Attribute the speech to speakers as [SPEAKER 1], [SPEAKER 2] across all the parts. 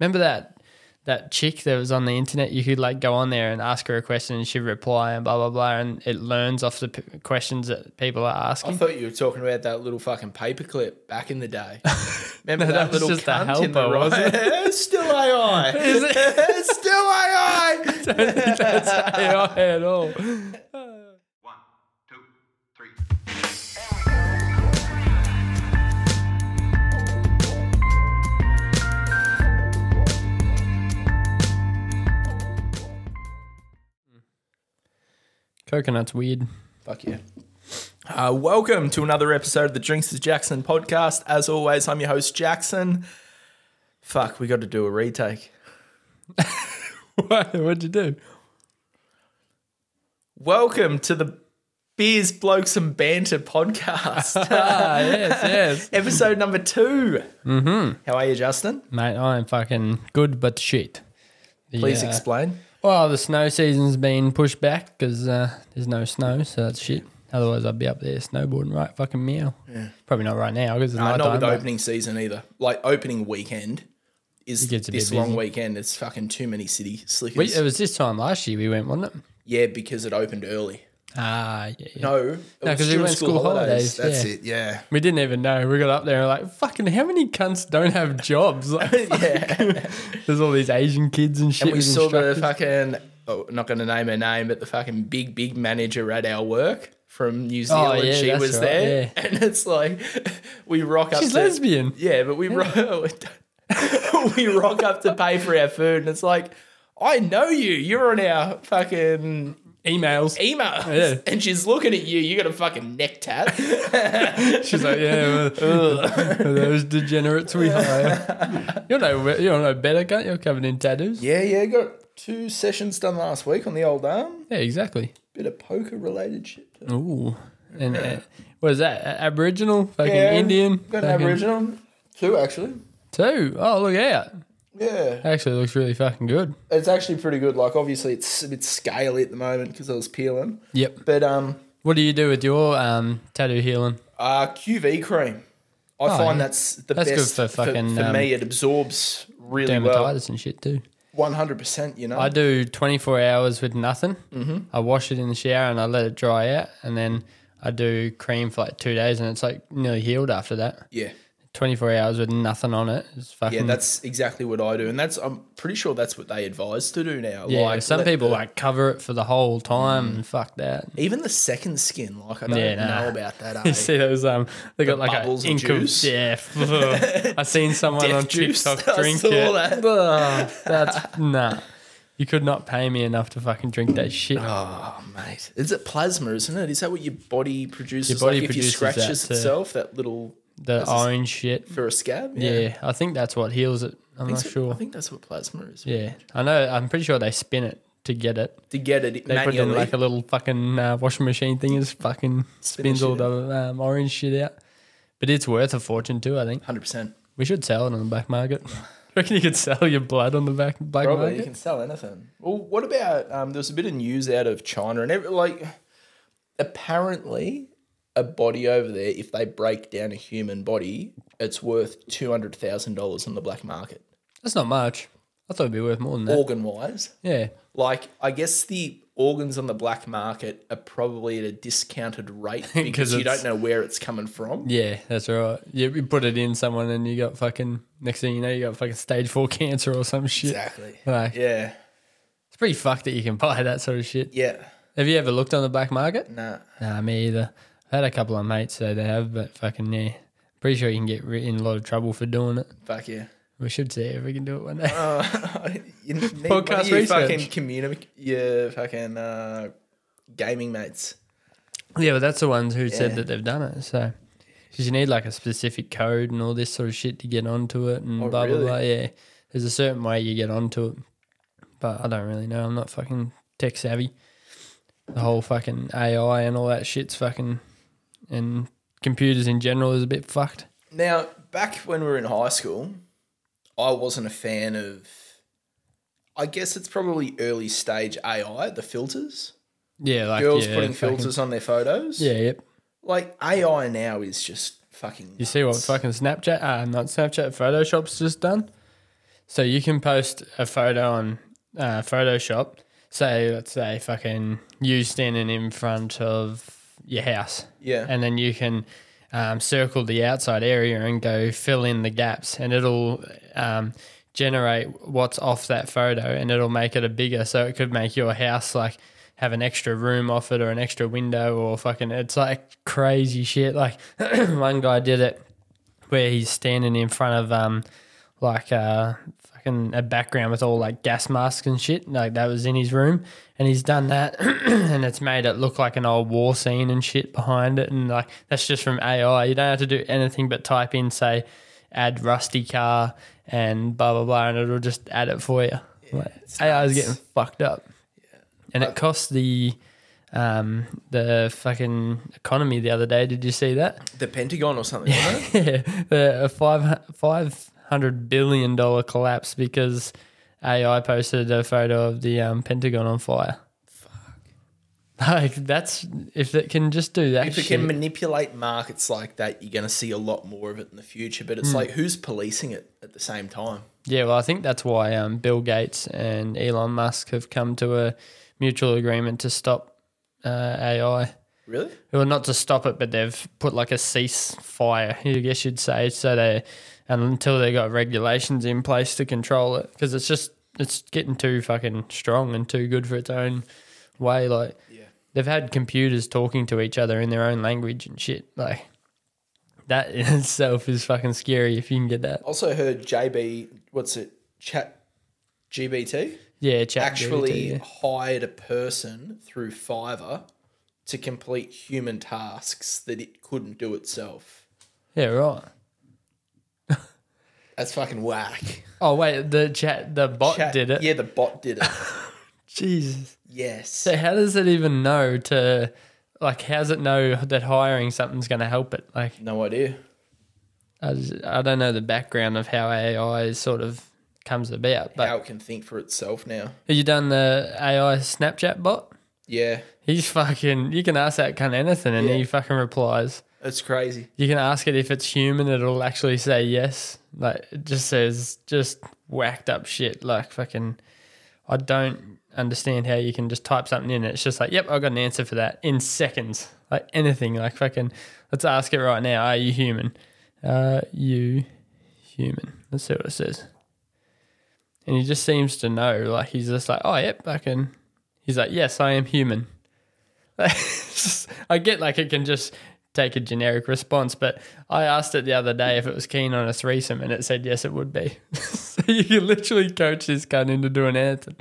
[SPEAKER 1] Remember that that chick that was on the internet? You could like go on there and ask her a question, and she'd reply and blah blah blah, and it learns off the p- questions that people are
[SPEAKER 2] I
[SPEAKER 1] asking.
[SPEAKER 2] thought you were talking about that little fucking paperclip back in the day. Remember
[SPEAKER 1] No,
[SPEAKER 2] that,
[SPEAKER 1] that was
[SPEAKER 2] little
[SPEAKER 1] just a
[SPEAKER 2] cunt in the
[SPEAKER 1] helper, wasn't
[SPEAKER 2] it? Still AI.
[SPEAKER 1] Is it?
[SPEAKER 2] Still AI.
[SPEAKER 1] I don't think that's AI at all.
[SPEAKER 3] One, two, three.
[SPEAKER 1] Coconut's weird.
[SPEAKER 2] Fuck yeah. Uh, welcome to another episode of the Drinks with Jackson podcast. As always, I'm your host, Jackson. Fuck, we got to do a retake.
[SPEAKER 1] What? What'd you do?
[SPEAKER 2] Welcome to the Beers, Blokes, and Banter podcast,
[SPEAKER 1] Ah, yes, yes.
[SPEAKER 2] episode number 2 Mm-hmm. How are you, Justin?
[SPEAKER 1] Mate, I am fucking good but shit. The,
[SPEAKER 2] Please
[SPEAKER 1] uh,
[SPEAKER 2] explain.
[SPEAKER 1] Well, the snow season's been pushed back because uh, there's no snow, so that's shit. Otherwise, I'd be up there snowboarding right fucking meow. Probably not right now because it's
[SPEAKER 2] Uh,
[SPEAKER 1] night
[SPEAKER 2] not
[SPEAKER 1] time.
[SPEAKER 2] with
[SPEAKER 1] but-
[SPEAKER 2] opening season either. Like opening weekend is
[SPEAKER 1] It gets a bit
[SPEAKER 2] this long
[SPEAKER 1] busy.
[SPEAKER 2] weekend. It's fucking too many city slickers.
[SPEAKER 1] We, uh, it was this time last year we went, wasn't it?
[SPEAKER 2] yeah, because it opened early.
[SPEAKER 1] Ah, yeah. yeah.
[SPEAKER 2] No, it was
[SPEAKER 1] 'cause we
[SPEAKER 2] during
[SPEAKER 1] went school holidays,
[SPEAKER 2] That's
[SPEAKER 1] yeah.
[SPEAKER 2] it. Yeah.
[SPEAKER 1] We didn't even know. We got up there and like, fucking, how many cunts don't have jobs? Like,
[SPEAKER 2] yeah.
[SPEAKER 1] there's all these Asian kids and shit.
[SPEAKER 2] And we
[SPEAKER 1] with
[SPEAKER 2] saw the
[SPEAKER 1] instructors.
[SPEAKER 2] fucking. Oh, not going to name her name, but the fucking big big manager at our work from New
[SPEAKER 1] Oh,
[SPEAKER 2] Zealand.
[SPEAKER 1] yeah,
[SPEAKER 2] she
[SPEAKER 1] that's
[SPEAKER 2] was
[SPEAKER 1] right,
[SPEAKER 2] there, and it's like we rock up.
[SPEAKER 1] She's
[SPEAKER 2] to-
[SPEAKER 1] lesbian.
[SPEAKER 2] Yeah, but we ro- we rock up to pay for our food, and it's like, I know you. You're on our fucking
[SPEAKER 1] Emails.
[SPEAKER 2] email,
[SPEAKER 1] Yeah.
[SPEAKER 2] and she's looking at you. You got a fucking neck tat.
[SPEAKER 1] She's like, yeah, well, those degenerates we hire. You're no, you're no better, cunt. You're covered in tattoos.
[SPEAKER 2] yeah, yeah. Got two sessions done last week on the old arm.
[SPEAKER 1] yeah exactly.
[SPEAKER 2] Bit of poker related shit. Fucking
[SPEAKER 1] Ooh. And uh, what is that? A- Aboriginal? Fucking Indian?
[SPEAKER 2] Got an
[SPEAKER 1] Fucking-
[SPEAKER 2] Aboriginal. Two actually.
[SPEAKER 1] Two. Oh, look out.
[SPEAKER 2] Yeah,
[SPEAKER 1] Actually, looks really fucking good.
[SPEAKER 2] it's actually pretty good. Like obviously it's a bit scaly at the moment because I was peeling,
[SPEAKER 1] Yep.
[SPEAKER 2] but um,
[SPEAKER 1] What do you do with your um, tattoo healing?
[SPEAKER 2] uh, QV cream. I find
[SPEAKER 1] Oh, yeah.
[SPEAKER 2] that's the
[SPEAKER 1] That's good
[SPEAKER 2] best
[SPEAKER 1] for fucking,
[SPEAKER 2] for,
[SPEAKER 1] um,
[SPEAKER 2] me. It absorbs really well.
[SPEAKER 1] Dermatitis and shit too.
[SPEAKER 2] One hundred percent. You know.
[SPEAKER 1] I do 24 hours with nothing. Mm-hmm. I wash it in the shower and I let it dry out. And then I do cream for like two days and it's like nearly healed after that.
[SPEAKER 2] yeah.
[SPEAKER 1] 24 hours with nothing on it is fucking.
[SPEAKER 2] Yeah, that's exactly what I do, and that's I'm pretty sure that's what they advise to do now.
[SPEAKER 1] Yeah,
[SPEAKER 2] like
[SPEAKER 1] some
[SPEAKER 2] let
[SPEAKER 1] people
[SPEAKER 2] the-
[SPEAKER 1] like cover it for the whole time and fuck that.
[SPEAKER 2] even the second skin. Like I don't
[SPEAKER 1] Yeah, nah.
[SPEAKER 2] know about that.
[SPEAKER 1] You
[SPEAKER 2] Eh?
[SPEAKER 1] see those um they got like
[SPEAKER 2] bubbles
[SPEAKER 1] a
[SPEAKER 2] of
[SPEAKER 1] ink of
[SPEAKER 2] juice?
[SPEAKER 1] death. I seen someone
[SPEAKER 2] Death
[SPEAKER 1] on
[SPEAKER 2] juice.
[SPEAKER 1] TikTok
[SPEAKER 2] I
[SPEAKER 1] drink
[SPEAKER 2] saw
[SPEAKER 1] it.
[SPEAKER 2] that.
[SPEAKER 1] Ugh, that's nah. You could not pay me enough to fucking drink that shit.
[SPEAKER 2] Oh mate, is it plasma? Isn't it? Is that what your body produces?
[SPEAKER 1] Your body
[SPEAKER 2] like
[SPEAKER 1] produces
[SPEAKER 2] if you scratches
[SPEAKER 1] that, uh,
[SPEAKER 2] itself, that little
[SPEAKER 1] the
[SPEAKER 2] that's just-
[SPEAKER 1] orange shit.
[SPEAKER 2] for a scab.
[SPEAKER 1] Yeah. I think that's what heals it. I'm
[SPEAKER 2] I think
[SPEAKER 1] not
[SPEAKER 2] so-
[SPEAKER 1] sure.
[SPEAKER 2] I think that's what plasma is.
[SPEAKER 1] yeah, I know. I'm pretty sure they spin it to get it.
[SPEAKER 2] To get it
[SPEAKER 1] They
[SPEAKER 2] manually,
[SPEAKER 1] put it in like a little fucking uh, washing machine thing. It's fucking spins
[SPEAKER 2] shit
[SPEAKER 1] all the um, orange shit out. But it's worth a fortune too. I think.
[SPEAKER 2] hundred percent.
[SPEAKER 1] We should sell it on the black market. Reckon you could sell your blood on the back black
[SPEAKER 2] Probably you
[SPEAKER 1] market?
[SPEAKER 2] can sell anything. Well, what about um, there was a bit of news out of China and every, like apparently a body over there, if they break down a human body, it's worth two hundred thousand dollars on the black market,
[SPEAKER 1] That's not much. I thought it'd be worth more than that.
[SPEAKER 2] organ wise.
[SPEAKER 1] yeah.
[SPEAKER 2] Like I guess the organs on the black market are probably at a discounted rate
[SPEAKER 1] 'Cause
[SPEAKER 2] because you
[SPEAKER 1] it's-
[SPEAKER 2] don't know where it's coming from.
[SPEAKER 1] Yeah, that's right. You, you put it in someone and you got fucking next thing you know you got fucking stage four cancer or some shit.
[SPEAKER 2] Exactly.
[SPEAKER 1] Like,
[SPEAKER 2] Yeah.
[SPEAKER 1] It's pretty fucked that you can buy that sort of shit.
[SPEAKER 2] Yeah.
[SPEAKER 1] Have you ever looked on the black market?
[SPEAKER 2] Nah.
[SPEAKER 1] Nah, me either. I had a couple of mates so they have, but fucking yeah. Pretty sure you can get re- in a lot of trouble for doing it.
[SPEAKER 2] Fuck yeah.
[SPEAKER 1] We should see if we can do it one day.
[SPEAKER 2] Uh, you need one
[SPEAKER 1] Podcast
[SPEAKER 2] of your
[SPEAKER 1] research.
[SPEAKER 2] fucking communi- your fucking uh, gaming mates.
[SPEAKER 1] Yeah, but that's the ones who said
[SPEAKER 2] Yeah.
[SPEAKER 1] that they've done it. So, because you need like a specific code and all this sort of shit to get onto it and
[SPEAKER 2] Oh,
[SPEAKER 1] blah,
[SPEAKER 2] really?
[SPEAKER 1] blah, blah. Yeah. There's a certain way you get onto it. But I don't really know. I'm not fucking tech savvy. The whole fucking AI and all that shit's fucking, and computers in general is a bit fucked.
[SPEAKER 2] Now, back when we were in high school, I wasn't a fan of. I guess it's probably early stage AI, the filters.
[SPEAKER 1] Yeah, like
[SPEAKER 2] Girls
[SPEAKER 1] yeah,
[SPEAKER 2] putting
[SPEAKER 1] fucking-
[SPEAKER 2] filters on their photos.
[SPEAKER 1] Yeah, yep.
[SPEAKER 2] Like AI now is just fucking.
[SPEAKER 1] You see what fucking Snapchat, uh, not Snapchat, Photoshop's just done? So you can post a photo on uh, Photoshop. Say, let's say, fucking you standing in front of your house.
[SPEAKER 2] Yeah.
[SPEAKER 1] And then you can um, circle the outside area and go fill in the gaps, and it'll um, generate what's off that photo, and it'll make it a bigger. So it could make your house like have an extra room off it, or an extra window, or fucking. It's like crazy shit. Like one guy did it where he's standing in front of um like uh fucking a background with all like gas masks and shit. Like that was in his room and he's done that and it's made it look like an old war scene and shit behind it and like that's just from AI. You don't have to do anything but type in say add rusty car and blah blah blah and it'll just add it for you. like, AI is getting fucked up. And it cost the um the fucking economy the other day. Did you see that?
[SPEAKER 2] The Pentagon or something, wasn't it?
[SPEAKER 1] yeah, the a five five hundred billion dollar collapse because AI posted a photo of the um, Pentagon on fire. Fuck. Like that's if it can just do that.
[SPEAKER 2] If it
[SPEAKER 1] shit.
[SPEAKER 2] can manipulate markets like that, you're going to see a lot more of it in the future. But
[SPEAKER 1] Hmm.
[SPEAKER 2] it's like, who's policing it at the same time?
[SPEAKER 1] yeah, well, I think that's why um, Bill Gates and Elon Musk have come to a mutual agreement to stop uh, AI.
[SPEAKER 2] Really?
[SPEAKER 1] Well, not to stop it, but they've put like a ceasefire, I guess you'd say, so they and until they got regulations in place to control it, because it's just it's getting too fucking strong and too good for its own way. Like
[SPEAKER 2] Yeah.
[SPEAKER 1] they've had computers talking to each other in their own language and shit. Like that in itself is fucking scary if you can get that.
[SPEAKER 2] Also heard JB, what's it? Chat GBT?
[SPEAKER 1] Yeah, chat
[SPEAKER 2] actually
[SPEAKER 1] GPT,
[SPEAKER 2] hired a person through Fiverr to complete human tasks that it couldn't do itself.
[SPEAKER 1] yeah. yeah, right.
[SPEAKER 2] That's fucking whack.
[SPEAKER 1] Oh wait, the chat, the bot
[SPEAKER 2] Chat-
[SPEAKER 1] did it.
[SPEAKER 2] Yeah, the bot did it.
[SPEAKER 1] Jesus.
[SPEAKER 2] yes.
[SPEAKER 1] So how does it even know to like how does it know that hiring something's going to help it? Like
[SPEAKER 2] No idea.
[SPEAKER 1] I, just- I don't know the background of how AI sort of comes about. But
[SPEAKER 2] How it can think for itself now.
[SPEAKER 1] have you done the AI Snapchat bot?
[SPEAKER 2] Yeah.
[SPEAKER 1] He's fucking. You can ask that cunt anything, and
[SPEAKER 2] Yeah.
[SPEAKER 1] he fucking replies.
[SPEAKER 2] It's crazy.
[SPEAKER 1] You can ask it if it's human; it'll actually say yes. Like it just says just whacked up shit. Like fucking, I don't understand how you can just type something in. And it's just like, yep, I got an answer for that in seconds. Like anything. Like fucking, let's ask it right now. Are you human? Are you human? Let's see what it says. And he just seems to know. Like he's just like, oh yep, I can. He's like, yes, I am human. It's just- I get like it can just take a generic response, but I asked it the other day if it was keen on a threesome, and it said yes, it would be. so you can literally coach this cunt into doing anything.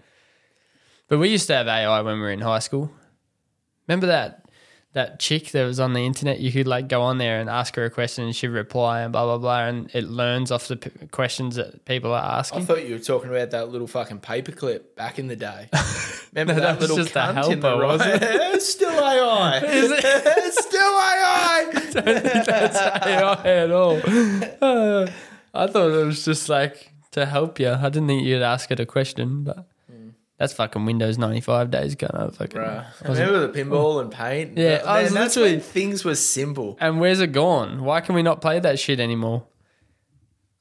[SPEAKER 1] But we used to have AI when we were in high school. Remember that that chick that was on the internet? You could like go on there and ask her a question, and she'd reply and blah blah blah, and it learns off the p- questions that people are
[SPEAKER 2] I
[SPEAKER 1] asking.
[SPEAKER 2] thought you were talking about that little fucking paperclip back in the day. Remember
[SPEAKER 1] No,
[SPEAKER 2] that,
[SPEAKER 1] that was
[SPEAKER 2] little
[SPEAKER 1] just a
[SPEAKER 2] cunt in the
[SPEAKER 1] helper, wasn't
[SPEAKER 2] It's still AI.
[SPEAKER 1] Is it?
[SPEAKER 2] It's still AI.
[SPEAKER 1] AI at all. Uh, I thought it was just like to help you. I didn't think you'd ask it a question, but that's fucking Windows 95 days ago. I fucking,
[SPEAKER 2] Bruh.
[SPEAKER 1] I was-
[SPEAKER 2] Remember the pinball and paint?
[SPEAKER 1] Oh. Yeah, I was
[SPEAKER 2] that's
[SPEAKER 1] literally-
[SPEAKER 2] when things were simple.
[SPEAKER 1] and where's it gone? Why can we not play that shit anymore?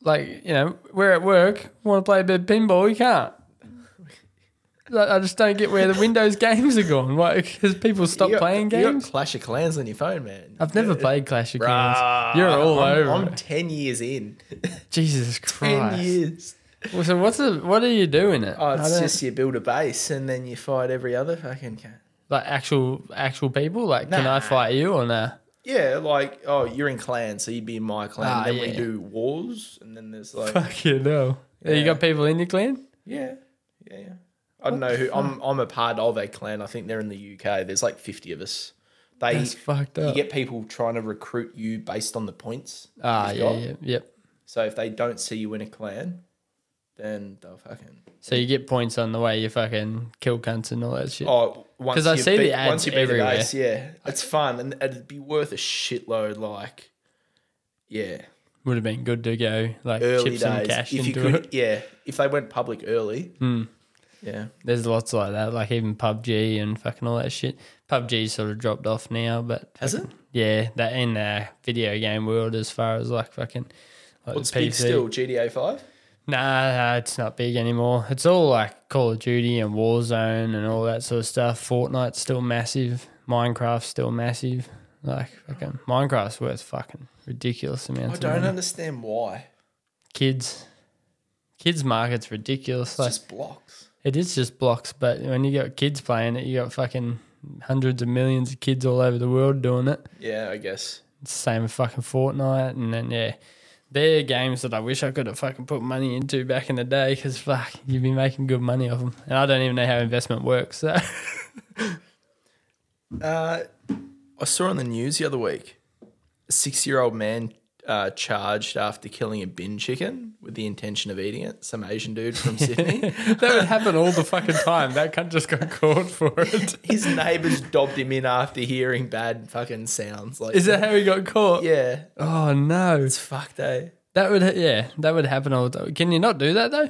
[SPEAKER 1] Like, you know, we're at work, want to play a bit of pinball, we can't. Like, I just don't get where the Windows games are gone. Like, because people stopped
[SPEAKER 2] You got-
[SPEAKER 1] playing
[SPEAKER 2] you got
[SPEAKER 1] games.
[SPEAKER 2] Clash of Clans on your phone, man.
[SPEAKER 1] I've never played Clash of
[SPEAKER 2] Bruh,
[SPEAKER 1] Clans. You're all
[SPEAKER 2] I'm,
[SPEAKER 1] over.
[SPEAKER 2] I'm
[SPEAKER 1] it.
[SPEAKER 2] ten years in.
[SPEAKER 1] Jesus
[SPEAKER 2] Ten
[SPEAKER 1] Christ.
[SPEAKER 2] years.
[SPEAKER 1] Well, so what's the, what are you doing it?
[SPEAKER 2] Oh,
[SPEAKER 1] I
[SPEAKER 2] it's
[SPEAKER 1] don't-
[SPEAKER 2] just you build a base and then you fight every other fucking cat.
[SPEAKER 1] like actual actual people. Like, can
[SPEAKER 2] Nah.
[SPEAKER 1] I fight you or nah?
[SPEAKER 2] Yeah, like oh, you're in clan, so you'd be in my clan.
[SPEAKER 1] Ah,
[SPEAKER 2] then we
[SPEAKER 1] yeah.
[SPEAKER 2] do wars, and then there's like
[SPEAKER 1] Fuck you no. You
[SPEAKER 2] Yeah.
[SPEAKER 1] got people in your clan?
[SPEAKER 2] yeah, yeah, yeah. I don't know who I'm. I'm a part of a clan. I think they're in the UK. There's like fifty of us. They
[SPEAKER 1] That's fucked
[SPEAKER 2] you
[SPEAKER 1] up.
[SPEAKER 2] get people trying to recruit you based on the points.
[SPEAKER 1] ah,
[SPEAKER 2] you've
[SPEAKER 1] yeah,
[SPEAKER 2] got.
[SPEAKER 1] yeah, yep.
[SPEAKER 2] So if they don't see you in a clan, then they'll fucking
[SPEAKER 1] So you get points on the way you fucking kill cunts and all that shit.
[SPEAKER 2] Oh, once
[SPEAKER 1] 'Cause I
[SPEAKER 2] you
[SPEAKER 1] see the
[SPEAKER 2] beat-
[SPEAKER 1] ads
[SPEAKER 2] once you beat
[SPEAKER 1] everywhere.
[SPEAKER 2] The base, yeah, it's fun and it'd be worth a shitload. Like, yeah,
[SPEAKER 1] Would have been good to go like
[SPEAKER 2] early
[SPEAKER 1] chip some
[SPEAKER 2] days.
[SPEAKER 1] cash
[SPEAKER 2] if you
[SPEAKER 1] into
[SPEAKER 2] could,
[SPEAKER 1] it. Hmm.
[SPEAKER 2] yeah, if they went public early, yeah,
[SPEAKER 1] There's lots like that, like even PUBG and fucking all that shit. PUBG's sort of dropped off now, but
[SPEAKER 2] has it?
[SPEAKER 1] yeah, that in the video game world as far as like fucking like
[SPEAKER 2] What's
[SPEAKER 1] the
[SPEAKER 2] big
[SPEAKER 1] PC.
[SPEAKER 2] still? GTA Five.
[SPEAKER 1] Nah, nah, it's not big anymore. It's all like Call of Duty and Warzone and all that sort of stuff. Fortnite's still massive. Minecraft's still massive. Like fucking Minecraft's worth fucking ridiculous
[SPEAKER 2] I
[SPEAKER 1] amounts of
[SPEAKER 2] don't
[SPEAKER 1] money.
[SPEAKER 2] understand why.
[SPEAKER 1] Kids, kids market's ridiculous.
[SPEAKER 2] It's
[SPEAKER 1] Like
[SPEAKER 2] just blocks.
[SPEAKER 1] it is just blocks, but when you got kids playing it, you got fucking hundreds of millions of kids all over the world doing it.
[SPEAKER 2] Yeah, I guess.
[SPEAKER 1] It's the same with fucking Fortnite, and then yeah, they're games that I wish I could have fucking put money into back in the day because fuck, you'd be making good money off them, and I don't even know how investment works. So
[SPEAKER 2] Uh, I saw on the news the other week a six year old man uh, charged after killing a bin chicken with the intention of eating it. Some Asian dude from Sydney.
[SPEAKER 1] that would happen all the fucking time. That cunt just got caught for it.
[SPEAKER 2] His neighbours dobbed him in after hearing bad fucking sounds. Like
[SPEAKER 1] Is that how he got caught?
[SPEAKER 2] Yeah,
[SPEAKER 1] Oh no,
[SPEAKER 2] it's fucked, eh?
[SPEAKER 1] that would yeah, that would happen all the time. Can you not do that though?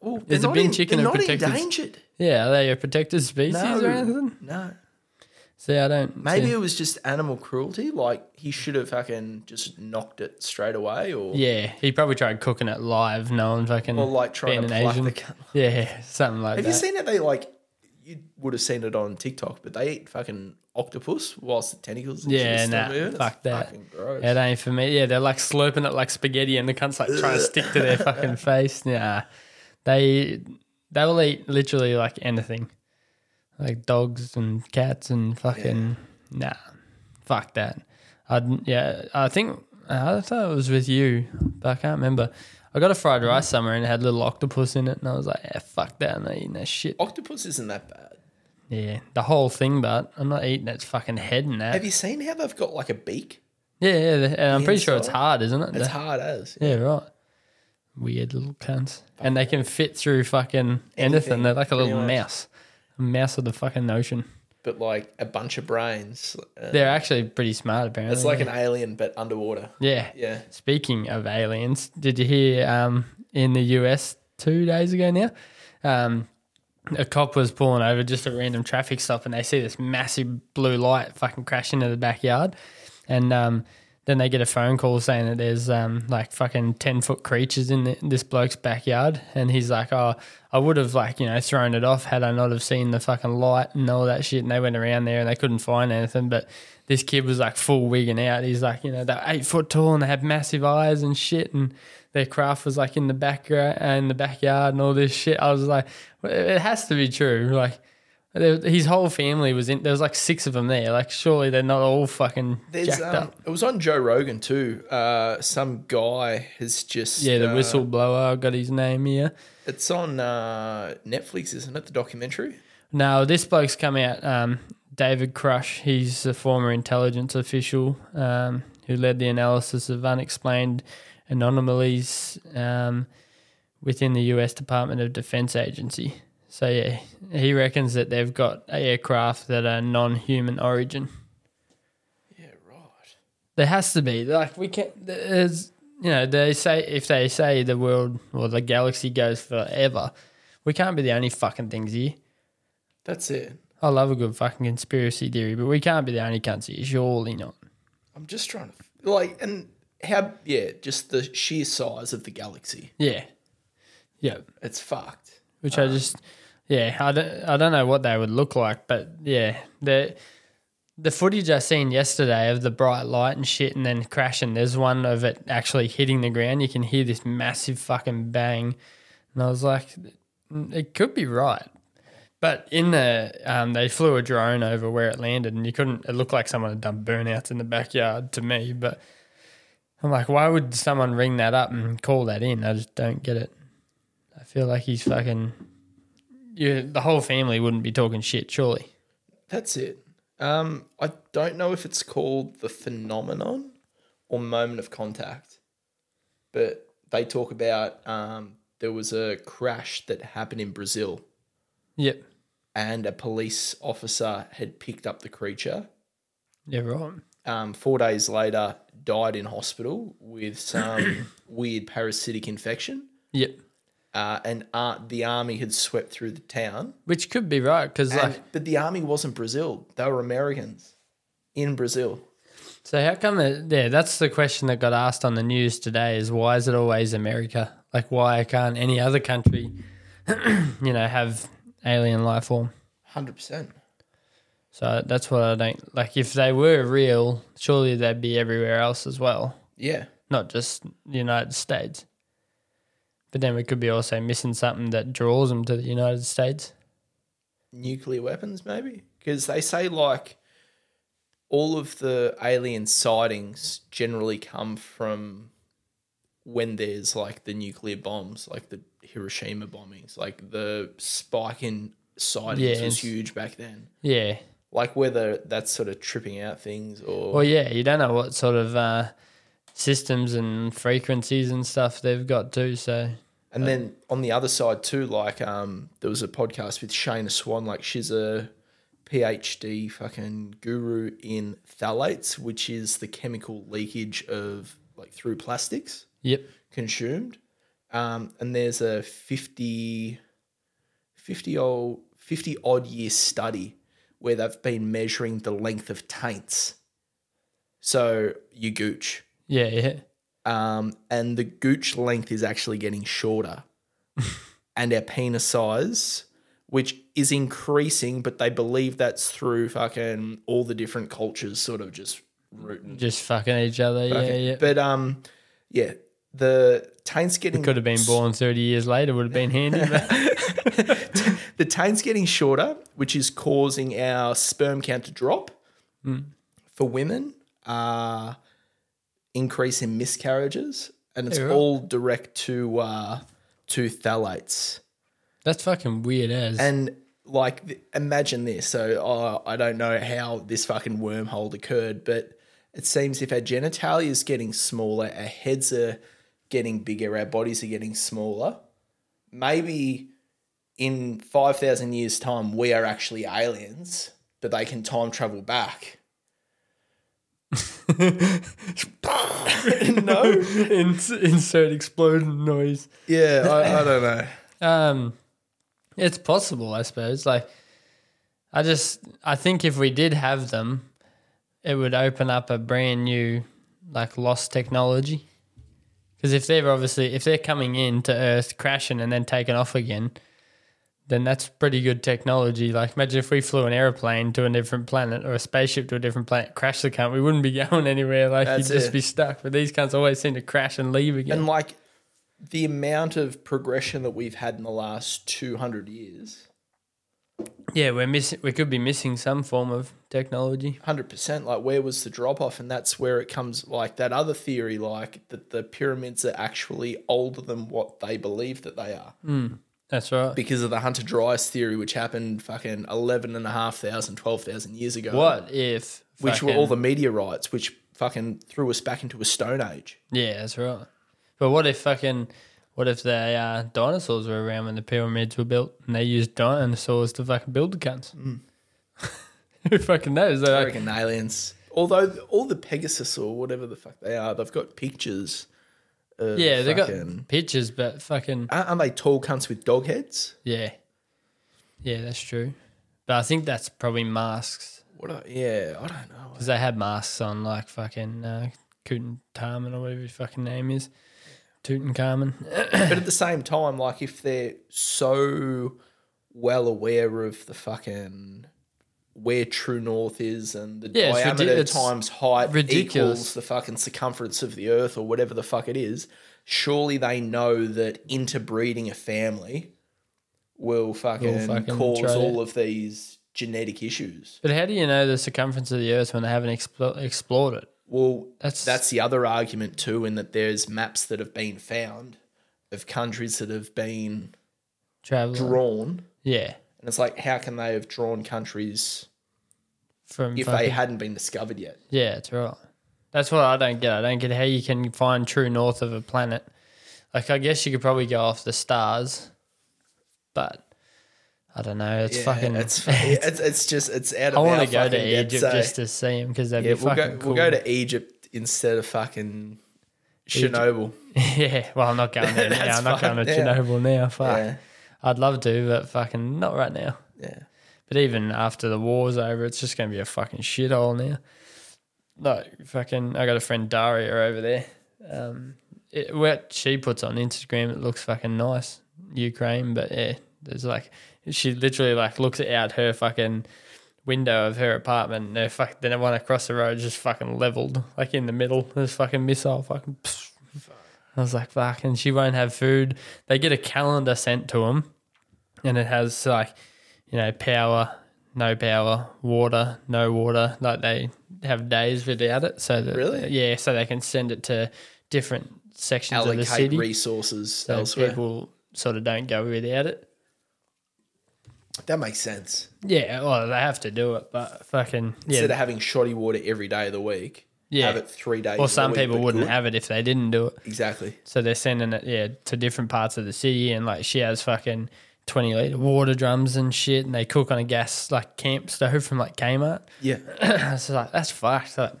[SPEAKER 2] Well,
[SPEAKER 1] Is
[SPEAKER 2] they're
[SPEAKER 1] a
[SPEAKER 2] not
[SPEAKER 1] bin
[SPEAKER 2] en-
[SPEAKER 1] chicken
[SPEAKER 2] they're
[SPEAKER 1] a
[SPEAKER 2] not
[SPEAKER 1] protected-
[SPEAKER 2] endangered?
[SPEAKER 1] Yeah, are they a protected species or
[SPEAKER 2] No,
[SPEAKER 1] anything?
[SPEAKER 2] no.
[SPEAKER 1] See, I don't.
[SPEAKER 2] Maybe
[SPEAKER 1] see-
[SPEAKER 2] it was just animal cruelty. Like he should have fucking just knocked it straight away, or
[SPEAKER 1] Yeah, he probably tried cooking it live. No one fucking.
[SPEAKER 2] or like trying
[SPEAKER 1] being
[SPEAKER 2] to
[SPEAKER 1] an
[SPEAKER 2] pluck
[SPEAKER 1] Asian.
[SPEAKER 2] the. cunt.
[SPEAKER 1] Yeah, something like
[SPEAKER 2] Have
[SPEAKER 1] that.
[SPEAKER 2] you seen it? They like you would have seen it on TikTok, but they eat fucking octopus whilst the tentacles. And shit
[SPEAKER 1] Yeah,
[SPEAKER 2] is still
[SPEAKER 1] nah,
[SPEAKER 2] moving. It's
[SPEAKER 1] fuck that.
[SPEAKER 2] Fucking gross.
[SPEAKER 1] It ain't for me. Yeah, they're like slurping it like spaghetti, and the cunt's like trying to stick to their fucking face. Nah, they they will eat literally like anything, like dogs and cats and fucking nah, fuck that. I yeah, I think uh, I thought it was with you, but I can't remember. I got a fried rice somewhere and it had little octopus in it, and I was like, yeah, fuck that, I'm not eating that shit.
[SPEAKER 2] Octopus isn't that bad.
[SPEAKER 1] Yeah, the whole thing, but I'm not eating its fucking head and that.
[SPEAKER 2] Have you seen how they've got like a beak?
[SPEAKER 1] yeah, yeah, the- and I'm pretty sure it's
[SPEAKER 2] inside?
[SPEAKER 1] hard, isn't it? The-
[SPEAKER 2] It's hard as.
[SPEAKER 1] Yeah, right. Weird little cunts. And they can fit through fucking anything. They're like a little
[SPEAKER 2] pretty much.
[SPEAKER 1] mouse. A mouse of the fucking ocean.
[SPEAKER 2] but like a bunch of brains. Uh,
[SPEAKER 1] They're actually pretty smart, apparently.
[SPEAKER 2] it's like an alien, but underwater.
[SPEAKER 1] yeah.
[SPEAKER 2] Yeah.
[SPEAKER 1] Speaking of aliens, did you hear um, in the US two days ago now? Um, a cop was pulling over just a random traffic stop and they see this massive blue light fucking crash into the backyard. And um, then they get a phone call saying that there's um, like fucking 10 foot creatures in the, this bloke's backyard. And he's like, oh, I would have like, you know, thrown it off had I not have seen the fucking light and all that shit. And they went around there and they couldn't find anything. But this kid was like full wigging out. He's like, you know, they're eight foot tall and they have massive eyes and shit. And their craft was like in the background, in the backyard and all this shit. I was like, well, it has to be true. Like, there- his whole family was in. There was like six of them there. Like, surely they're not all fucking
[SPEAKER 2] There's,
[SPEAKER 1] jacked
[SPEAKER 2] um,
[SPEAKER 1] up.
[SPEAKER 2] it was on Joe Rogan too. Uh, some guy has just
[SPEAKER 1] Yeah, the
[SPEAKER 2] uh,
[SPEAKER 1] whistleblower. I got his name here.
[SPEAKER 2] It's on uh, Netflix, isn't it? The documentary.
[SPEAKER 1] No, this bloke's come out, um, David Crush. He's a former intelligence official um, who led the analysis of unexplained anomalies um, within the U.S. Department of Defense Agency. So yeah, he reckons that they've got aircraft that are non-human origin.
[SPEAKER 2] Yeah, right.
[SPEAKER 1] There has to be like we can. There's you know they say if they say the world or the galaxy goes forever, we can't be the only fucking things here.
[SPEAKER 2] That's it.
[SPEAKER 1] I love a good fucking conspiracy theory, but we can't be the only cunts here. Surely not.
[SPEAKER 2] I'm just trying to like and how yeah, just the sheer size of the galaxy.
[SPEAKER 1] Yeah. Yeah.
[SPEAKER 2] It's fucked.
[SPEAKER 1] Which I just, yeah, I don't, I don't know what they would look like, but yeah, the the footage I seen yesterday of the bright light and shit, and then crashing. There's one of it actually hitting the ground. You can hear this massive fucking bang, and I was like, it could be right. But in the, um, they flew a drone over where it landed, and you couldn't. It looked like someone had done burnouts in the backyard to me. But I'm like, why would someone ring that up and call that in? I just don't get it. I feel like he's fucking. You, the whole family wouldn't be talking shit, surely.
[SPEAKER 2] That's it. Um, I don't know if it's called the phenomenon or moment of contact, but they talk about um, there was a crash that happened in Brazil,
[SPEAKER 1] Yep.
[SPEAKER 2] and a police officer had picked up the creature.
[SPEAKER 1] Yeah, right.
[SPEAKER 2] Um, four days later, died in hospital with some weird parasitic infection,
[SPEAKER 1] Yep.
[SPEAKER 2] uh, and uh, the army had swept through the town.
[SPEAKER 1] Which could be right because
[SPEAKER 2] And-
[SPEAKER 1] like
[SPEAKER 2] but the army wasn't Brazil; they were Americans in Brazil.
[SPEAKER 1] So how come that? Yeah, that's the question that got asked on the news today. Is why is it always America? Like, why can't any other country, you know, have alien life form?
[SPEAKER 2] Hundred percent.
[SPEAKER 1] So that's what I don't like. If they were real, surely they'd be everywhere else as well,
[SPEAKER 2] Yeah.
[SPEAKER 1] not just the United States. But then we could be also missing something that draws them to the United States.
[SPEAKER 2] Nuclear weapons, maybe? Because they say like all of the alien sightings generally come from when there's like the nuclear bombs, like the Hiroshima bombings, like the spike in sightings
[SPEAKER 1] Yes.
[SPEAKER 2] was huge back then.
[SPEAKER 1] Yeah.
[SPEAKER 2] Like whether that's sort of tripping out things or
[SPEAKER 1] Well, yeah, you don't know what sort of uh, systems and frequencies and stuff they've got too. So
[SPEAKER 2] And then on the other side too, like um, there was a podcast with Shayna Swan. Like she's a PhD fucking guru in phthalates, which is the chemical leakage of like through plastics
[SPEAKER 1] yep.
[SPEAKER 2] consumed. Um, and there's a 50, 50 old, 50 odd year study where they've been measuring the length of taints. So you gooch
[SPEAKER 1] Yeah, yeah.
[SPEAKER 2] um, and the gooch length is actually getting shorter, and our penis size, which is increasing, but they believe that's through fucking all the different cultures sort of just rooting.
[SPEAKER 1] Just fucking each other. Yeah, yeah.
[SPEAKER 2] But um, yeah, the taint's getting
[SPEAKER 1] Could have been born 30 years later, would have been handy. But
[SPEAKER 2] the taint's getting shorter, which is causing our sperm count to drop
[SPEAKER 1] Hmm.
[SPEAKER 2] for women, uh, increase in miscarriages, and it's
[SPEAKER 1] Yeah, right.
[SPEAKER 2] all direct to uh, to phthalates.
[SPEAKER 1] that's fucking weird as.
[SPEAKER 2] And like, th- imagine this. So uh, I don't know how this fucking wormhole occurred, but it seems if our genitalia is getting smaller, our heads are getting bigger, our bodies are getting smaller. Maybe in five thousand years' time, we are actually aliens, but they can time travel back. no.
[SPEAKER 1] Ins- insert exploding noise.
[SPEAKER 2] Yeah, I, I don't know.
[SPEAKER 1] Um, it's possible, I suppose. Like, I just I think if we did have them, it would open up a brand new like lost technology. Because if they're obviously if they're coming in to Earth, crashing and then taking off again, then that's pretty good technology. Like imagine if we flew an airplane to a different planet or a spaceship to a different planet, crash the cunt, we wouldn't be going anywhere. Like
[SPEAKER 2] That's
[SPEAKER 1] you'd just
[SPEAKER 2] it.
[SPEAKER 1] be stuck. But these cunts always seem to crash and leave again.
[SPEAKER 2] And like the amount of progression that we've had in the last 200 years,
[SPEAKER 1] yeah, we're missing. We could be missing some form of technology.
[SPEAKER 2] 100%, like where was the drop off? And that's where it comes like that other theory, like that the pyramids are actually older than what they believe that they are
[SPEAKER 1] Mm. That's right.
[SPEAKER 2] because of the Hunter Dryas theory, which happened fucking 11,500, 12,000 years ago.
[SPEAKER 1] What if
[SPEAKER 2] Which were
[SPEAKER 1] fucking-
[SPEAKER 2] all the meteorites, which fucking threw us back into a stone age.
[SPEAKER 1] Yeah, that's right. But what if fucking what if the uh, dinosaurs were around when the pyramids were built and they used dinosaurs to fucking build the cunts?
[SPEAKER 2] Hmm.
[SPEAKER 1] Who fucking knows? They're
[SPEAKER 2] I
[SPEAKER 1] like,
[SPEAKER 2] reckon aliens. Although all the Pegasus or whatever the fuck they are, they've got pictures. Of
[SPEAKER 1] yeah, they got
[SPEAKER 2] fucking-
[SPEAKER 1] pictures, but fucking
[SPEAKER 2] Aren't aren't they tall cunts with dog heads?
[SPEAKER 1] yeah, yeah, that's true. But I think that's probably masks
[SPEAKER 2] What? Are, yeah, I don't know.
[SPEAKER 1] because they had masks on, like fucking uh, Tutankhamun or whatever his fucking name is, Tutankhamun.
[SPEAKER 2] But at the same time, like if they're so well aware of the fucking where true north is and the
[SPEAKER 1] Yeah, it's ridi-
[SPEAKER 2] diameter
[SPEAKER 1] it's
[SPEAKER 2] times height
[SPEAKER 1] ridiculous.
[SPEAKER 2] equals the fucking circumference of the earth or whatever the fuck it is, surely they know that interbreeding a family will fucking,
[SPEAKER 1] fucking
[SPEAKER 2] cause
[SPEAKER 1] try it.
[SPEAKER 2] all of these genetic issues.
[SPEAKER 1] But how do you know the circumference of the Earth when they haven't explo- explored it?
[SPEAKER 2] Well,
[SPEAKER 1] That's-
[SPEAKER 2] that's that's the other argument too, in that there's maps that have been found of countries that have been
[SPEAKER 1] Traveling,
[SPEAKER 2] drawn,
[SPEAKER 1] yeah,
[SPEAKER 2] and it's like, how can they have drawn countries
[SPEAKER 1] from
[SPEAKER 2] if they
[SPEAKER 1] fucking-
[SPEAKER 2] hadn't been discovered yet?
[SPEAKER 1] Yeah, that's right. That's what I don't get. I don't get how you can find true north of a planet. Like, I guess you could probably go off the stars, but I don't know. It's fucking.
[SPEAKER 2] it's, fu- it's it's just it's out of.
[SPEAKER 1] I want
[SPEAKER 2] our
[SPEAKER 1] to go
[SPEAKER 2] fucking
[SPEAKER 1] to Egypt
[SPEAKER 2] depth, so-
[SPEAKER 1] just to see them because they'd
[SPEAKER 2] yeah,
[SPEAKER 1] be
[SPEAKER 2] we'll
[SPEAKER 1] fucking
[SPEAKER 2] go
[SPEAKER 1] cool.
[SPEAKER 2] we'll go to Egypt instead of fucking Chernobyl.
[SPEAKER 1] yeah, well, I'm not going there now.
[SPEAKER 2] That's
[SPEAKER 1] I'm not going to
[SPEAKER 2] fucked now.
[SPEAKER 1] Chernobyl now. Fuck.
[SPEAKER 2] Yeah,
[SPEAKER 1] I'd love to, but fucking not right now.
[SPEAKER 2] yeah.
[SPEAKER 1] But even after the war's over, it's just going to be a fucking shithole now. no, fucking. I got a friend Daria over there. Um, it, what she puts on Instagram, it looks fucking nice. Ukraine, but yeah, there's like she literally like looks out her fucking window of her apartment. And her fuck, then the one across the road is just fucking leveled, like in the middle. There's fucking missile, fucking. I was like, fuck, and she won't have food. They get a calendar sent to them, and it has like, you know, power, no power, water, no water. Like they have days without it, so that
[SPEAKER 2] Really?
[SPEAKER 1] yeah, so they can send it to different sections of the
[SPEAKER 2] Allocate
[SPEAKER 1] city,
[SPEAKER 2] resources
[SPEAKER 1] so
[SPEAKER 2] elsewhere.
[SPEAKER 1] people sort of don't go without it.
[SPEAKER 2] That makes sense.
[SPEAKER 1] Yeah, well, they have to do it, but fucking
[SPEAKER 2] Instead
[SPEAKER 1] yeah,
[SPEAKER 2] of having shoddy water every day of the week,
[SPEAKER 1] Yeah.
[SPEAKER 2] have it three days.
[SPEAKER 1] or
[SPEAKER 2] of the
[SPEAKER 1] some
[SPEAKER 2] week,
[SPEAKER 1] people
[SPEAKER 2] but
[SPEAKER 1] wouldn't
[SPEAKER 2] good.
[SPEAKER 1] have it if they didn't do it.
[SPEAKER 2] Exactly.
[SPEAKER 1] So they're sending it, yeah, to different parts of the city, and like she has fucking twenty liter water drums and shit, and they cook on a gas like camp stove from like Kmart.
[SPEAKER 2] Yeah.
[SPEAKER 1] so like that's fucked. Like,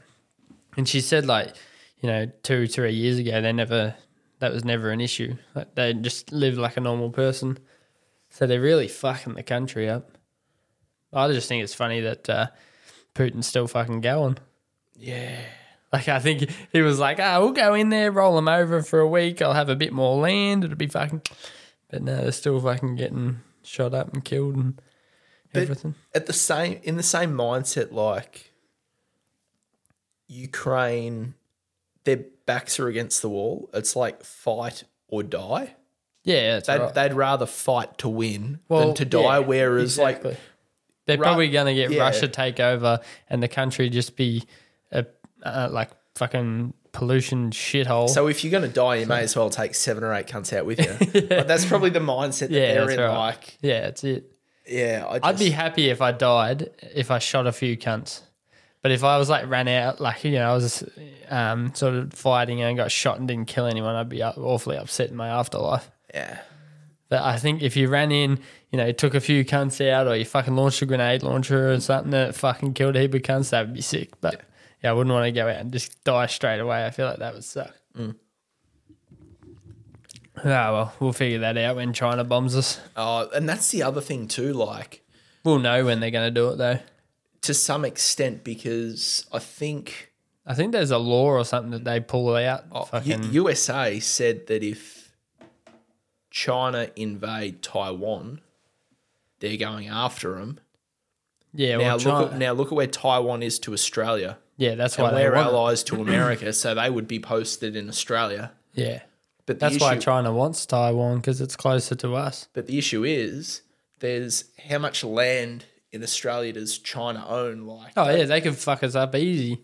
[SPEAKER 1] and she said like, you know, two three years ago they never that was never an issue. Like they just lived like a normal person. So they're really fucking the country up. I just think it's funny that uh, Putin's still fucking going.
[SPEAKER 2] Yeah.
[SPEAKER 1] Like I think he was like, "Ah, we'll go in there, roll them over for a week. I'll have a bit more land. It'll be fucking." But no, they're still fucking getting shot up and killed and
[SPEAKER 2] But-
[SPEAKER 1] everything.
[SPEAKER 2] At the same in the same mindset, like Ukraine, their backs are against the wall. It's like fight or die.
[SPEAKER 1] Yeah, that's
[SPEAKER 2] They'd,
[SPEAKER 1] right.
[SPEAKER 2] they'd rather fight to win
[SPEAKER 1] Well,
[SPEAKER 2] than to
[SPEAKER 1] yeah,
[SPEAKER 2] die. whereas,
[SPEAKER 1] exactly.
[SPEAKER 2] like,
[SPEAKER 1] they're
[SPEAKER 2] Ru-
[SPEAKER 1] probably going to get
[SPEAKER 2] yeah.
[SPEAKER 1] Russia take over and the country just be a uh, like fucking pollution shithole.
[SPEAKER 2] so if you're going to die, you may as well take seven or eight cunts out with you. But that's probably the mindset that
[SPEAKER 1] yeah,
[SPEAKER 2] they're
[SPEAKER 1] that's
[SPEAKER 2] in.
[SPEAKER 1] right.
[SPEAKER 2] Like,
[SPEAKER 1] yeah, that's it.
[SPEAKER 2] yeah, I just,
[SPEAKER 1] I'd be happy if I died if I shot a few cunts. But if I was like ran out, like you know, I was um, sort of fighting and got shot and didn't kill anyone, I'd be up, awfully upset in my afterlife.
[SPEAKER 2] yeah,
[SPEAKER 1] But I think if you ran in, you know, took a few cunts out, or you fucking launched a grenade launcher or something that fucking killed a heap of cunts, that would be sick. But yeah, I wouldn't want to go out and just die straight away. I feel like that would suck.
[SPEAKER 2] Mm.
[SPEAKER 1] Ah, well, we'll figure that out when China bombs us.
[SPEAKER 2] Oh, and that's the other thing too. Like,
[SPEAKER 1] We'll know when they're going to do it though.
[SPEAKER 2] to some extent because I think
[SPEAKER 1] I think there's a law or something that they pull out.
[SPEAKER 2] U-
[SPEAKER 1] fucking,
[SPEAKER 2] USA said that if China invade Taiwan, they're going after them.
[SPEAKER 1] yeah, well,
[SPEAKER 2] Now look,
[SPEAKER 1] Oh, China,
[SPEAKER 2] at, now look at where Taiwan is to Australia.
[SPEAKER 1] yeah, that's why
[SPEAKER 2] And
[SPEAKER 1] they
[SPEAKER 2] we're
[SPEAKER 1] want. it.
[SPEAKER 2] allies to America, so they would be posted in Australia.
[SPEAKER 1] Yeah,
[SPEAKER 2] But the
[SPEAKER 1] that's
[SPEAKER 2] issue,
[SPEAKER 1] why China wants Taiwan because it's closer to us.
[SPEAKER 2] But the issue is, there's how much land in Australia does China own? Like,
[SPEAKER 1] Oh yeah, they could fuck us up easy.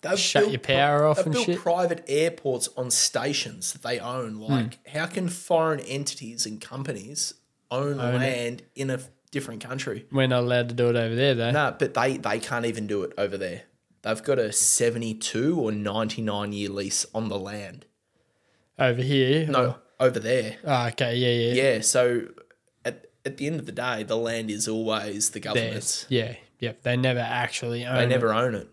[SPEAKER 2] They've
[SPEAKER 1] Shut your power
[SPEAKER 2] pri-
[SPEAKER 1] off
[SPEAKER 2] they've
[SPEAKER 1] and
[SPEAKER 2] built
[SPEAKER 1] shit. Hmm.
[SPEAKER 2] private airports on stations that they own. Like, how can foreign entities and companies own, land in a f- different country?
[SPEAKER 1] We're not allowed to do it over there though.
[SPEAKER 2] No, but they they can't even do it over there. They've got a seventy-two or ninety-nine year lease on the land.
[SPEAKER 1] over here.
[SPEAKER 2] No, over there.
[SPEAKER 1] Oh, okay. Yeah. Yeah.
[SPEAKER 2] Yeah. So, at at the end of the day, the land is always the
[SPEAKER 1] Theirs.
[SPEAKER 2] government's.
[SPEAKER 1] Yeah. Yep. They never actually own.
[SPEAKER 2] They
[SPEAKER 1] it.
[SPEAKER 2] never own it.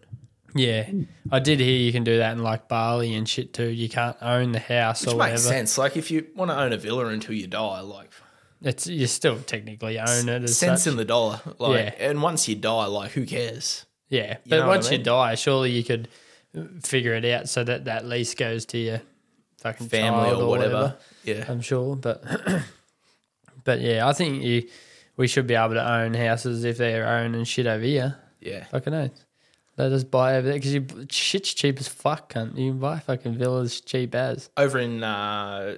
[SPEAKER 1] Yeah. I did hear you can do that in like Bali and shit too. You can't own the house
[SPEAKER 2] Which
[SPEAKER 1] or
[SPEAKER 2] makes
[SPEAKER 1] whatever.
[SPEAKER 2] sense. Like, if you want to own a villa until you die, like.
[SPEAKER 1] It's you still technically own it. As
[SPEAKER 2] cents
[SPEAKER 1] such.
[SPEAKER 2] in the dollar. Like,
[SPEAKER 1] Yeah.
[SPEAKER 2] and once you die, like, who cares?
[SPEAKER 1] yeah. But
[SPEAKER 2] know what I
[SPEAKER 1] once you
[SPEAKER 2] mean?
[SPEAKER 1] die, surely you could figure it out so that that lease goes to your fucking
[SPEAKER 2] Family
[SPEAKER 1] child Um,
[SPEAKER 2] or whatever. Yeah.
[SPEAKER 1] I'm sure, but but yeah, I think you we should be able to own houses if they're owned and shit over here.
[SPEAKER 2] Yeah.
[SPEAKER 1] Fucking oath. Let us buy over there because you shit's cheap as fuck, cunt. You can buy fucking villas cheap as.
[SPEAKER 2] Over in uh,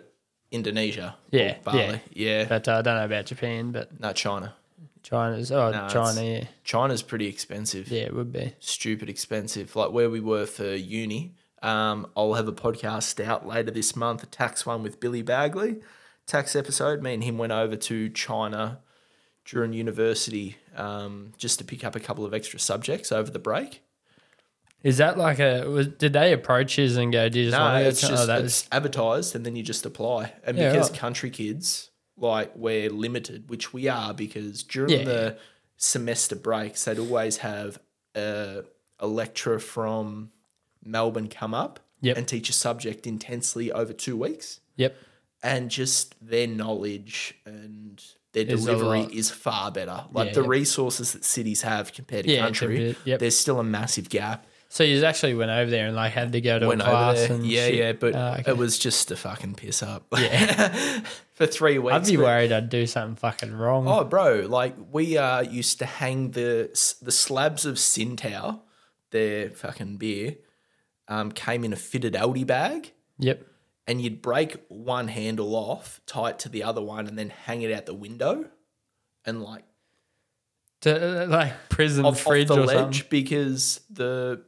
[SPEAKER 2] Indonesia. or
[SPEAKER 1] Yeah,
[SPEAKER 2] Bali. Yeah.
[SPEAKER 1] But uh, I don't know about Japan, but
[SPEAKER 2] No, China.
[SPEAKER 1] China's oh
[SPEAKER 2] No, it's-
[SPEAKER 1] China, yeah,
[SPEAKER 2] China's pretty expensive.
[SPEAKER 1] yeah, it would be.
[SPEAKER 2] Stupid expensive. Like where we were for uni. Um, I'll have a podcast out later this month, a tax one with Billy Bagley. Tax episode. Me and him went over to China during university um, just to pick up a couple of extra subjects over the break.
[SPEAKER 1] Is that like a? Was, did they approach you and go, "Do you just
[SPEAKER 2] No,
[SPEAKER 1] want to?"
[SPEAKER 2] it's
[SPEAKER 1] Go? to-
[SPEAKER 2] just
[SPEAKER 1] oh, that
[SPEAKER 2] it's
[SPEAKER 1] was-
[SPEAKER 2] advertised, and then you just apply. And
[SPEAKER 1] Yeah,
[SPEAKER 2] because
[SPEAKER 1] right.
[SPEAKER 2] country kids, like we're limited, which we are, because during
[SPEAKER 1] Yeah.
[SPEAKER 2] the semester breaks, they'd always have a, a lecturer from Melbourne come up
[SPEAKER 1] Yep.
[SPEAKER 2] and teach a subject intensely over two weeks,
[SPEAKER 1] yep.
[SPEAKER 2] and just their knowledge and their
[SPEAKER 1] Is a
[SPEAKER 2] delivery
[SPEAKER 1] lot.
[SPEAKER 2] is far better. Like
[SPEAKER 1] Yeah,
[SPEAKER 2] the
[SPEAKER 1] yep.
[SPEAKER 2] resources that cities have compared to
[SPEAKER 1] Yeah, it's a
[SPEAKER 2] country,
[SPEAKER 1] bit- yep.
[SPEAKER 2] there's still a massive gap.
[SPEAKER 1] So you actually went over there and like had to go to
[SPEAKER 2] went
[SPEAKER 1] a class
[SPEAKER 2] over there.
[SPEAKER 1] and
[SPEAKER 2] Yeah,
[SPEAKER 1] shit.
[SPEAKER 2] yeah, but
[SPEAKER 1] Ah, okay.
[SPEAKER 2] it was just a fucking piss up. Yeah, for three weeks.
[SPEAKER 1] I'd be
[SPEAKER 2] but-
[SPEAKER 1] worried I'd do something fucking wrong.
[SPEAKER 2] Oh, bro! Like we uh, used to hang the the slabs of Sintow, their fucking beer, um, came in a fitted Aldi bag,
[SPEAKER 1] Yep.
[SPEAKER 2] and you'd break one handle off, tie it to the other one, and then hang it out the window, and like
[SPEAKER 1] To, uh, like prison
[SPEAKER 2] off, off
[SPEAKER 1] fridge
[SPEAKER 2] the
[SPEAKER 1] or
[SPEAKER 2] ledge
[SPEAKER 1] something.
[SPEAKER 2] because the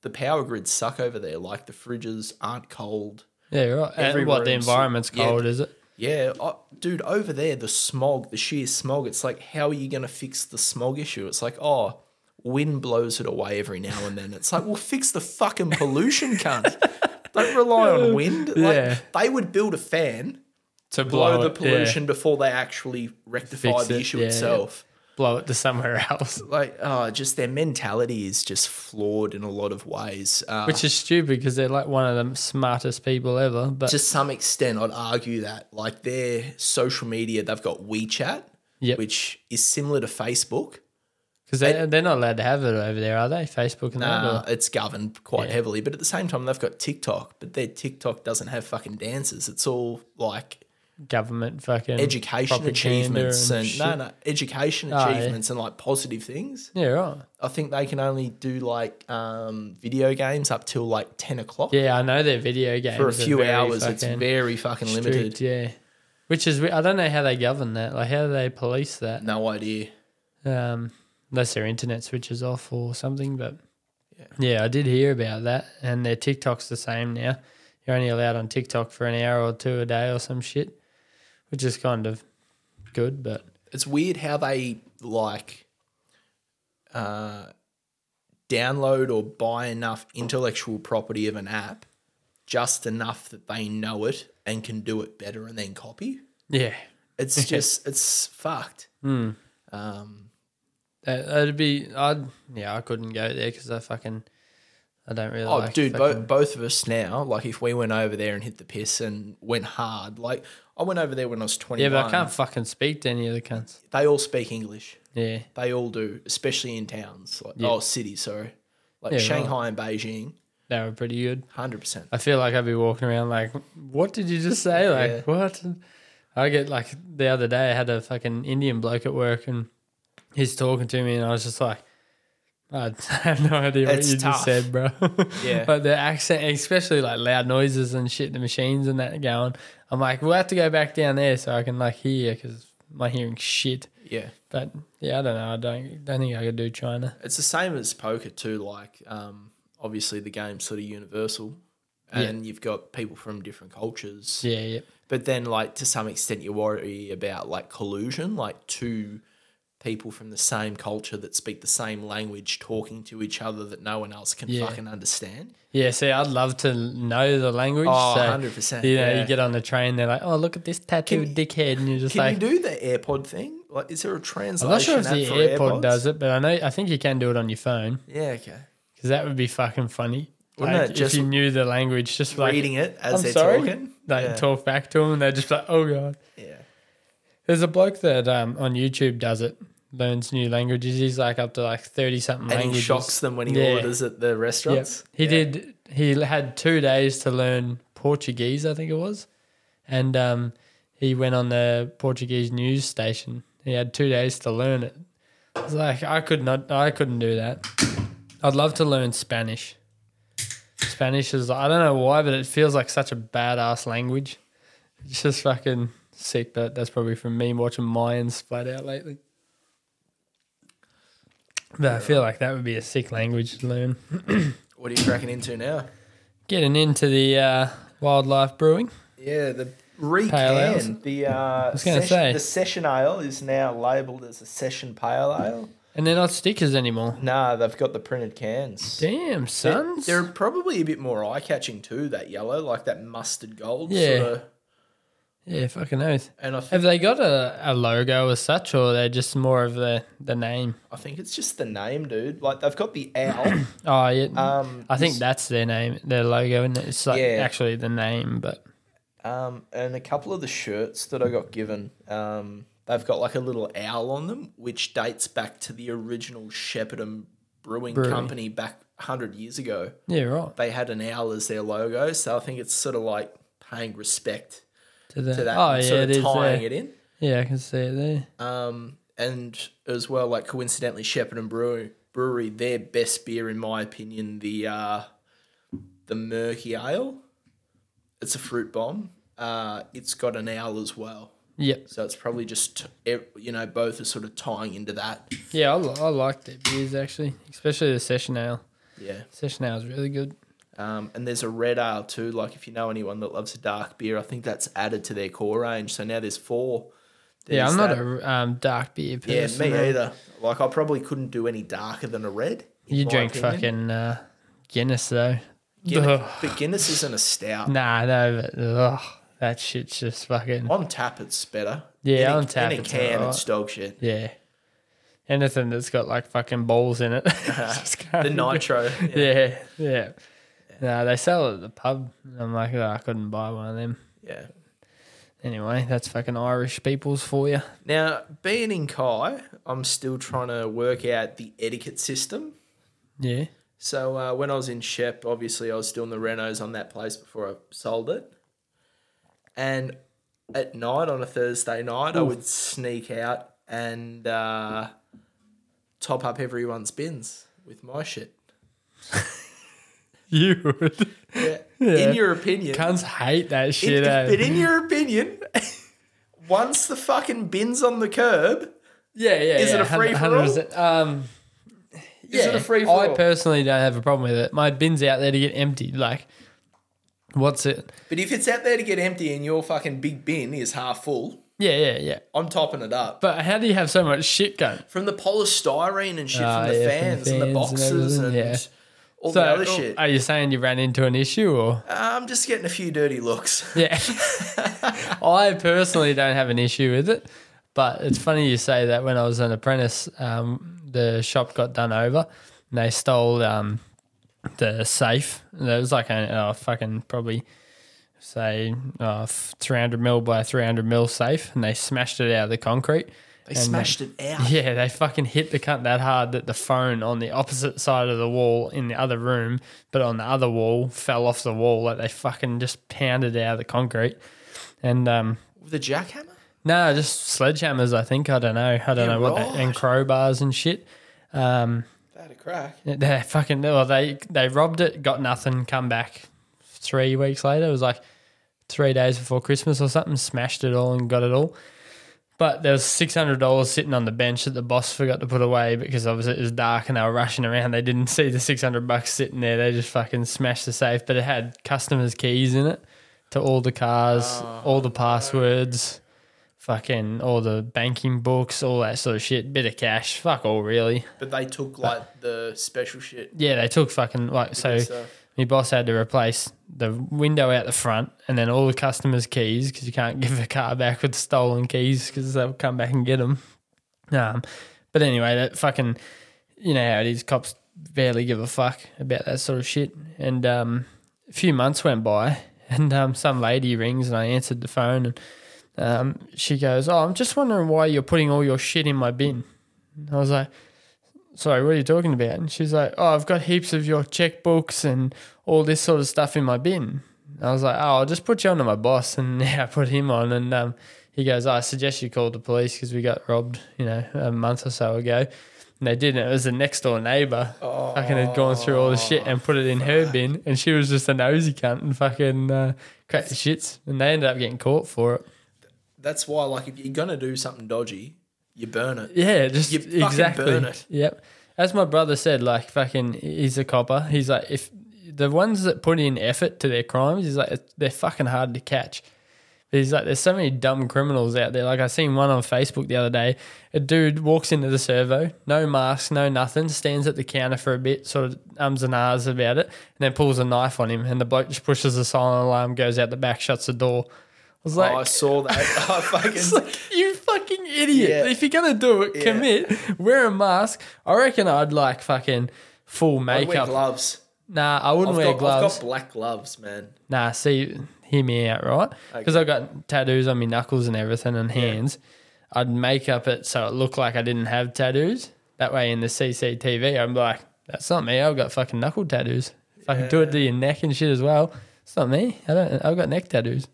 [SPEAKER 2] the power grids suck over there. Like the fridges aren't cold.
[SPEAKER 1] Yeah, right.
[SPEAKER 2] Every
[SPEAKER 1] And what the
[SPEAKER 2] room's-
[SPEAKER 1] environment's
[SPEAKER 2] yeah.
[SPEAKER 1] cold, is it?
[SPEAKER 2] Yeah, I, dude, over there, the smog, the sheer smog, it's like, how are you going to fix the smog issue? It's like, oh, wind blows it away every now and then. It's like, well, fix the fucking pollution, cunt. Don't rely on wind. Like,
[SPEAKER 1] Yeah.
[SPEAKER 2] They would build a fan,
[SPEAKER 1] To blow,
[SPEAKER 2] blow the
[SPEAKER 1] it, yeah.
[SPEAKER 2] pollution before they actually rectify
[SPEAKER 1] Fix
[SPEAKER 2] the
[SPEAKER 1] it,
[SPEAKER 2] issue
[SPEAKER 1] yeah, yeah.
[SPEAKER 2] itself.
[SPEAKER 1] blow it to somewhere else,
[SPEAKER 2] Like, oh, just their mentality is just flawed in a lot of ways. Uh,
[SPEAKER 1] which is stupid because they're like one of the smartest people ever. But
[SPEAKER 2] to some extent, I'd argue that like their social media, they've got WeChat,
[SPEAKER 1] Yep.
[SPEAKER 2] which is similar to Facebook.
[SPEAKER 1] because they, they're not allowed to have it over there, are they? Facebook and that.
[SPEAKER 2] Uh,
[SPEAKER 1] or-
[SPEAKER 2] it's governed quite heavily, but at the same time, they've got TikTok, but their TikTok doesn't have fucking dances. It's all like
[SPEAKER 1] government fucking
[SPEAKER 2] education
[SPEAKER 1] propaganda
[SPEAKER 2] achievements and,
[SPEAKER 1] shit. Ah,
[SPEAKER 2] no, no, education
[SPEAKER 1] yeah.
[SPEAKER 2] achievements and like positive things.
[SPEAKER 1] Yeah, right.
[SPEAKER 2] I think they can only do like um, video games up till like 10 o'clock
[SPEAKER 1] Yeah, I know their video games
[SPEAKER 2] for
[SPEAKER 1] are
[SPEAKER 2] a few
[SPEAKER 1] very
[SPEAKER 2] hours. It's
[SPEAKER 1] fucking
[SPEAKER 2] very fucking
[SPEAKER 1] strict,
[SPEAKER 2] limited.
[SPEAKER 1] Yeah, which is we- I don't know how they govern that. Like, how do they police that?
[SPEAKER 2] No idea.
[SPEAKER 1] um, unless their internet switches off or something. But yeah. I did hear about that, and their TikTok's the same now. You're only allowed on TikTok for an hour or two a day or some shit, which is kind of good. But
[SPEAKER 2] it's weird how they like uh, download or buy enough intellectual property of an app just enough that they know it and can do it better and then copy.
[SPEAKER 1] yeah,
[SPEAKER 2] It's just it's fucked. Um,
[SPEAKER 1] that, that'd be. I'd yeah, I couldn't go there because I fucking I don't really.
[SPEAKER 2] oh,
[SPEAKER 1] like
[SPEAKER 2] dude,
[SPEAKER 1] fucking-
[SPEAKER 2] both both of us now. Like, if we went over there and hit the piss and went hard, like I went over there when I was twenty.
[SPEAKER 1] yeah, but I can't fucking speak to any of the cunts.
[SPEAKER 2] They all speak English.
[SPEAKER 1] Yeah,
[SPEAKER 2] They all do, especially in towns, like oh, cities. Sorry, like
[SPEAKER 1] Yeah, right.
[SPEAKER 2] Shanghai and Beijing,
[SPEAKER 1] they were pretty good.
[SPEAKER 2] hundred percent.
[SPEAKER 1] I feel like I'd be walking around like, what did you just say? Like, what? I get like the other day, I had a fucking Indian bloke at work and he's talking to me, and I was just like, I have no idea what
[SPEAKER 2] It's
[SPEAKER 1] you just
[SPEAKER 2] tough.
[SPEAKER 1] said, bro.
[SPEAKER 2] Yeah.
[SPEAKER 1] but the accent, especially like loud noises and shit, the machines and that going, I'm like, we'll have to go back down there so I can like hear because my hearing's shit.
[SPEAKER 2] Yeah.
[SPEAKER 1] But yeah, I don't know. I don't, don't think I could do China.
[SPEAKER 2] It's the same as poker too. Like, um, obviously the game's sort of universal, and you've got people from different cultures.
[SPEAKER 1] Yeah, yeah.
[SPEAKER 2] But then, like to some extent, you worry about like collusion, like two people from the same culture that speak the same language talking to each other that no one else can
[SPEAKER 1] Yeah.
[SPEAKER 2] fucking understand.
[SPEAKER 1] Yeah, see, I'd love to know the language.
[SPEAKER 2] Oh,
[SPEAKER 1] so,
[SPEAKER 2] 100%,
[SPEAKER 1] You know,
[SPEAKER 2] yeah.
[SPEAKER 1] you get on the train, they're like, oh, look at this tattooed dickhead. And you're just
[SPEAKER 2] Can
[SPEAKER 1] like,
[SPEAKER 2] you do the AirPod thing? Like, is there a
[SPEAKER 1] I'm
[SPEAKER 2] translation?
[SPEAKER 1] not sure if
[SPEAKER 2] app
[SPEAKER 1] the
[SPEAKER 2] for
[SPEAKER 1] AirPod
[SPEAKER 2] AirPods?
[SPEAKER 1] does it, but I know, I think you can do it on your phone
[SPEAKER 2] Yeah. Okay.
[SPEAKER 1] because that would be fucking funny.
[SPEAKER 2] Wouldn't
[SPEAKER 1] like,
[SPEAKER 2] it just
[SPEAKER 1] if you knew the language, just like,
[SPEAKER 2] Reading it as
[SPEAKER 1] I'm
[SPEAKER 2] they're
[SPEAKER 1] sorry.
[SPEAKER 2] talking.
[SPEAKER 1] Like,
[SPEAKER 2] yeah.
[SPEAKER 1] talk back to them, and they're just like, oh, God.
[SPEAKER 2] yeah.
[SPEAKER 1] There's a bloke that um, on YouTube does it, learns new languages. He's like up to like 30 something
[SPEAKER 2] And he
[SPEAKER 1] languages.
[SPEAKER 2] shocks them when he
[SPEAKER 1] Yeah.
[SPEAKER 2] orders at the
[SPEAKER 1] Yep.
[SPEAKER 2] restaurants.
[SPEAKER 1] He did. He had two days to learn Portuguese, I think it was, and um, he went on the Portuguese news station. He had two days to learn it. It's like I could not. I couldn't do that. I'd love to learn Spanish. Spanish is. I don't know why, but it feels like such a badass language. It's just fucking sick. But that's probably from me watching Mayans flat out lately. But I feel like that would be a sick language to learn
[SPEAKER 2] What are you cracking into now?
[SPEAKER 1] getting into the uh, wildlife brewing.
[SPEAKER 2] Yeah, the re
[SPEAKER 1] Pale ales?
[SPEAKER 2] The uh, I
[SPEAKER 1] was gonna say.
[SPEAKER 2] the session ale is now labelled as a session pale ale.
[SPEAKER 1] And they're not stickers anymore.
[SPEAKER 2] Nah, they've got the printed cans.
[SPEAKER 1] Damn,
[SPEAKER 2] They're,
[SPEAKER 1] sons.
[SPEAKER 2] they're probably a bit more eye catching too. That yellow, like that mustard gold.
[SPEAKER 1] Yeah.
[SPEAKER 2] Sort of,
[SPEAKER 1] yeah, fucking oath.
[SPEAKER 2] and I, th-
[SPEAKER 1] Have they got a, a logo as such, or they're just more of the, the name?
[SPEAKER 2] I think it's just the name, dude. Like they've got the owl.
[SPEAKER 1] Oh, yeah.
[SPEAKER 2] um,
[SPEAKER 1] I think that's their name, their logo, and it's like
[SPEAKER 2] Yeah.
[SPEAKER 1] actually the name, but
[SPEAKER 2] Um, and a couple of the shirts that I got given, um, they've got like a little owl on them, which dates back to the original Shepparton brewing
[SPEAKER 1] Brewery.
[SPEAKER 2] company back 100 years ago.
[SPEAKER 1] Yeah, right.
[SPEAKER 2] They had an owl as their logo, so I think it's sort of like paying respect
[SPEAKER 1] To that.
[SPEAKER 2] to that,
[SPEAKER 1] oh,
[SPEAKER 2] and
[SPEAKER 1] yeah,
[SPEAKER 2] sort
[SPEAKER 1] it
[SPEAKER 2] of
[SPEAKER 1] is
[SPEAKER 2] tying
[SPEAKER 1] there.
[SPEAKER 2] it in.
[SPEAKER 1] Yeah, I can see it there.
[SPEAKER 2] Um, and as well, like coincidentally, Shepherd and Brew Brewery, their best beer, in my opinion, the uh, the Murky Ale. It's a fruit bomb. Uh, it's got an owl as well,
[SPEAKER 1] Yep.
[SPEAKER 2] so it's probably just ev- you know both are sort of tying into that.
[SPEAKER 1] Yeah, I, li- I like their beers actually, especially the Session Ale.
[SPEAKER 2] Yeah.
[SPEAKER 1] Session Ale is really good.
[SPEAKER 2] Um, and there's a red ale too. Like if you know anyone that loves a dark beer, I think that's added to their core range. So now there's four.
[SPEAKER 1] yeah,
[SPEAKER 2] There's
[SPEAKER 1] I'm not
[SPEAKER 2] that-
[SPEAKER 1] a um, dark beer
[SPEAKER 2] Yeah,
[SPEAKER 1] person.
[SPEAKER 2] me
[SPEAKER 1] man.
[SPEAKER 2] either. Like I probably couldn't do any darker than a red. in
[SPEAKER 1] You
[SPEAKER 2] my
[SPEAKER 1] drink
[SPEAKER 2] opinion.
[SPEAKER 1] fucking uh, Guinness though.
[SPEAKER 2] Guinness,
[SPEAKER 1] Ugh.
[SPEAKER 2] but Guinness isn't a stout.
[SPEAKER 1] Nah, no, but ugh, that shit's just fucking
[SPEAKER 2] On tap, it's better.
[SPEAKER 1] Yeah,
[SPEAKER 2] in a,
[SPEAKER 1] on tap
[SPEAKER 2] in a
[SPEAKER 1] it's
[SPEAKER 2] can,
[SPEAKER 1] alright.
[SPEAKER 2] it's dog shit.
[SPEAKER 1] yeah. Anything that's got like fucking balls in it. Just
[SPEAKER 2] The
[SPEAKER 1] can't do it.
[SPEAKER 2] nitro, yeah.
[SPEAKER 1] Yeah, yeah. No, they sell it at the pub. And I'm like, oh, I couldn't buy one of them.
[SPEAKER 2] yeah.
[SPEAKER 1] Anyway, that's fucking Irish peoples for you.
[SPEAKER 2] Now, being in Kai, I'm still trying to work out the etiquette system.
[SPEAKER 1] Yeah.
[SPEAKER 2] So uh, when I was in Shep, obviously I was doing the renos on that place before I sold it. And at night on a Thursday night, I would sneak out and uh, top up everyone's bins with my shit.
[SPEAKER 1] You would.
[SPEAKER 2] Yeah.
[SPEAKER 1] Yeah.
[SPEAKER 2] In your opinion,
[SPEAKER 1] Cunts hate that
[SPEAKER 2] In-
[SPEAKER 1] shit. eh?
[SPEAKER 2] But in your opinion, once the fucking bin's on the curb,
[SPEAKER 1] yeah, yeah.
[SPEAKER 2] is it
[SPEAKER 1] yeah,
[SPEAKER 2] a free
[SPEAKER 1] 100%. Um,
[SPEAKER 2] is it a free for
[SPEAKER 1] I
[SPEAKER 2] all?
[SPEAKER 1] personally don't have a problem with it. My bin's out there to get emptied. Like, what's it?
[SPEAKER 2] But if it's out there to get empty and your fucking big bin is half full,
[SPEAKER 1] Yeah, yeah, yeah.
[SPEAKER 2] I'm topping it up.
[SPEAKER 1] But how do you have so much shit going?
[SPEAKER 2] From the polystyrene and shit,
[SPEAKER 1] Ah,
[SPEAKER 2] from,
[SPEAKER 1] yeah,
[SPEAKER 2] the
[SPEAKER 1] from the
[SPEAKER 2] fans and the
[SPEAKER 1] fans and
[SPEAKER 2] boxes and,
[SPEAKER 1] everything, yeah.
[SPEAKER 2] all
[SPEAKER 1] So,
[SPEAKER 2] the other shit.
[SPEAKER 1] are you saying you ran into an issue or?
[SPEAKER 2] I'm just getting a few dirty looks.
[SPEAKER 1] Yeah. I personally don't have an issue with it, but it's funny you say that when I was an apprentice, um, the shop got done over and they stole um, the safe. And It was like a, a fucking probably say uh, f- 300 mil by 300 mil safe and they smashed it out of the concrete.
[SPEAKER 2] They smashed it out.
[SPEAKER 1] Oh, Yeah, they fucking hit the cunt that hard that the phone on the opposite side of the wall in the other room, but on the other wall, fell off the wall. Like they fucking just pounded it out of the concrete. And um,
[SPEAKER 2] With a jackhammer?
[SPEAKER 1] no, just sledgehammers, I think. I don't know. I don't
[SPEAKER 2] Yeah,
[SPEAKER 1] know what they, and
[SPEAKER 2] right.
[SPEAKER 1] crowbars and shit. Um,
[SPEAKER 2] They had a crack.
[SPEAKER 1] they fucking, well, they, they robbed it, got nothing, come back three weeks later. It was like three days before Christmas or something, smashed it all and got it all. But there was six hundred dollars sitting on the bench that the boss forgot to put away because obviously it was dark and they were rushing around. They didn't see the six hundred bucks sitting there. They just fucking smashed the safe, but it had customers' keys in it to all the cars, all the passwords, fucking all the banking books, all that sort of shit. Bit of cash, fuck all really.
[SPEAKER 2] But they
[SPEAKER 1] Uh,
[SPEAKER 2] took like the special shit. uh,
[SPEAKER 1] Yeah, they took fucking like so.
[SPEAKER 2] good stuff.
[SPEAKER 1] My boss had to replace the window out the front and then all the customers' keys because you can't give a car back with stolen keys because they'll come back and get them. Um, but anyway, that fucking you know how it is. Cops barely give a fuck about that sort of shit. And um, a few months went by, and um, some lady rings, and I answered the phone, and um, she goes, "Oh, I'm just wondering why you're putting all your shit in my bin." And I was like, sorry, what are you talking about? And she's like, oh, I've got heaps of your checkbooks and all this sort of stuff in my bin. And I was like, oh, I'll just put you on to my boss. And yeah, I put him on. And um, he goes, I suggest you call the police because we got robbed, you know, a month or so ago. And they didn't. It was the next door neighbor. fucking had gone through all the shit and put it in her bin. And she was just a nosy cunt and fucking uh, cracked the shits. And they ended up getting caught for it.
[SPEAKER 2] That's why, like, if you're gonna do something dodgy, you burn it.
[SPEAKER 1] Yeah, just
[SPEAKER 2] You fucking
[SPEAKER 1] exactly.
[SPEAKER 2] burn it.
[SPEAKER 1] Yep. As my brother said, like fucking, he's a copper. He's like, if the ones that put in effort to their crimes, he's like, they're fucking hard to catch. But he's like, there's so many dumb criminals out there. Like I seen one on Facebook the other day. A dude walks into the servo, no mask, no nothing, stands at the counter for a bit, sort of ums and ahs about it, and then pulls a knife on him. And the bloke just pushes the silent alarm, goes out the back, shuts the door. I was like,
[SPEAKER 2] oh, I saw that. I
[SPEAKER 1] it's
[SPEAKER 2] fucking.
[SPEAKER 1] like, you fucking idiot.
[SPEAKER 2] Yeah.
[SPEAKER 1] If you're going to do it,
[SPEAKER 2] Yeah.
[SPEAKER 1] commit, wear a mask. I reckon I'd like fucking full
[SPEAKER 2] I wear
[SPEAKER 1] makeup.
[SPEAKER 2] gloves.
[SPEAKER 1] nah, I wouldn't
[SPEAKER 2] I've
[SPEAKER 1] wear
[SPEAKER 2] got,
[SPEAKER 1] gloves.
[SPEAKER 2] I've got black gloves, man.
[SPEAKER 1] Nah, see, hear me out, right? Because I've got tattoos on my knuckles and everything and hands. I'd make up it so it looked like I didn't have tattoos. That way in the CCTV, I'm like, That's not me. I've got fucking knuckle tattoos. Fucking do it to your neck and shit as well. It's not me. I don't. I've got neck tattoos.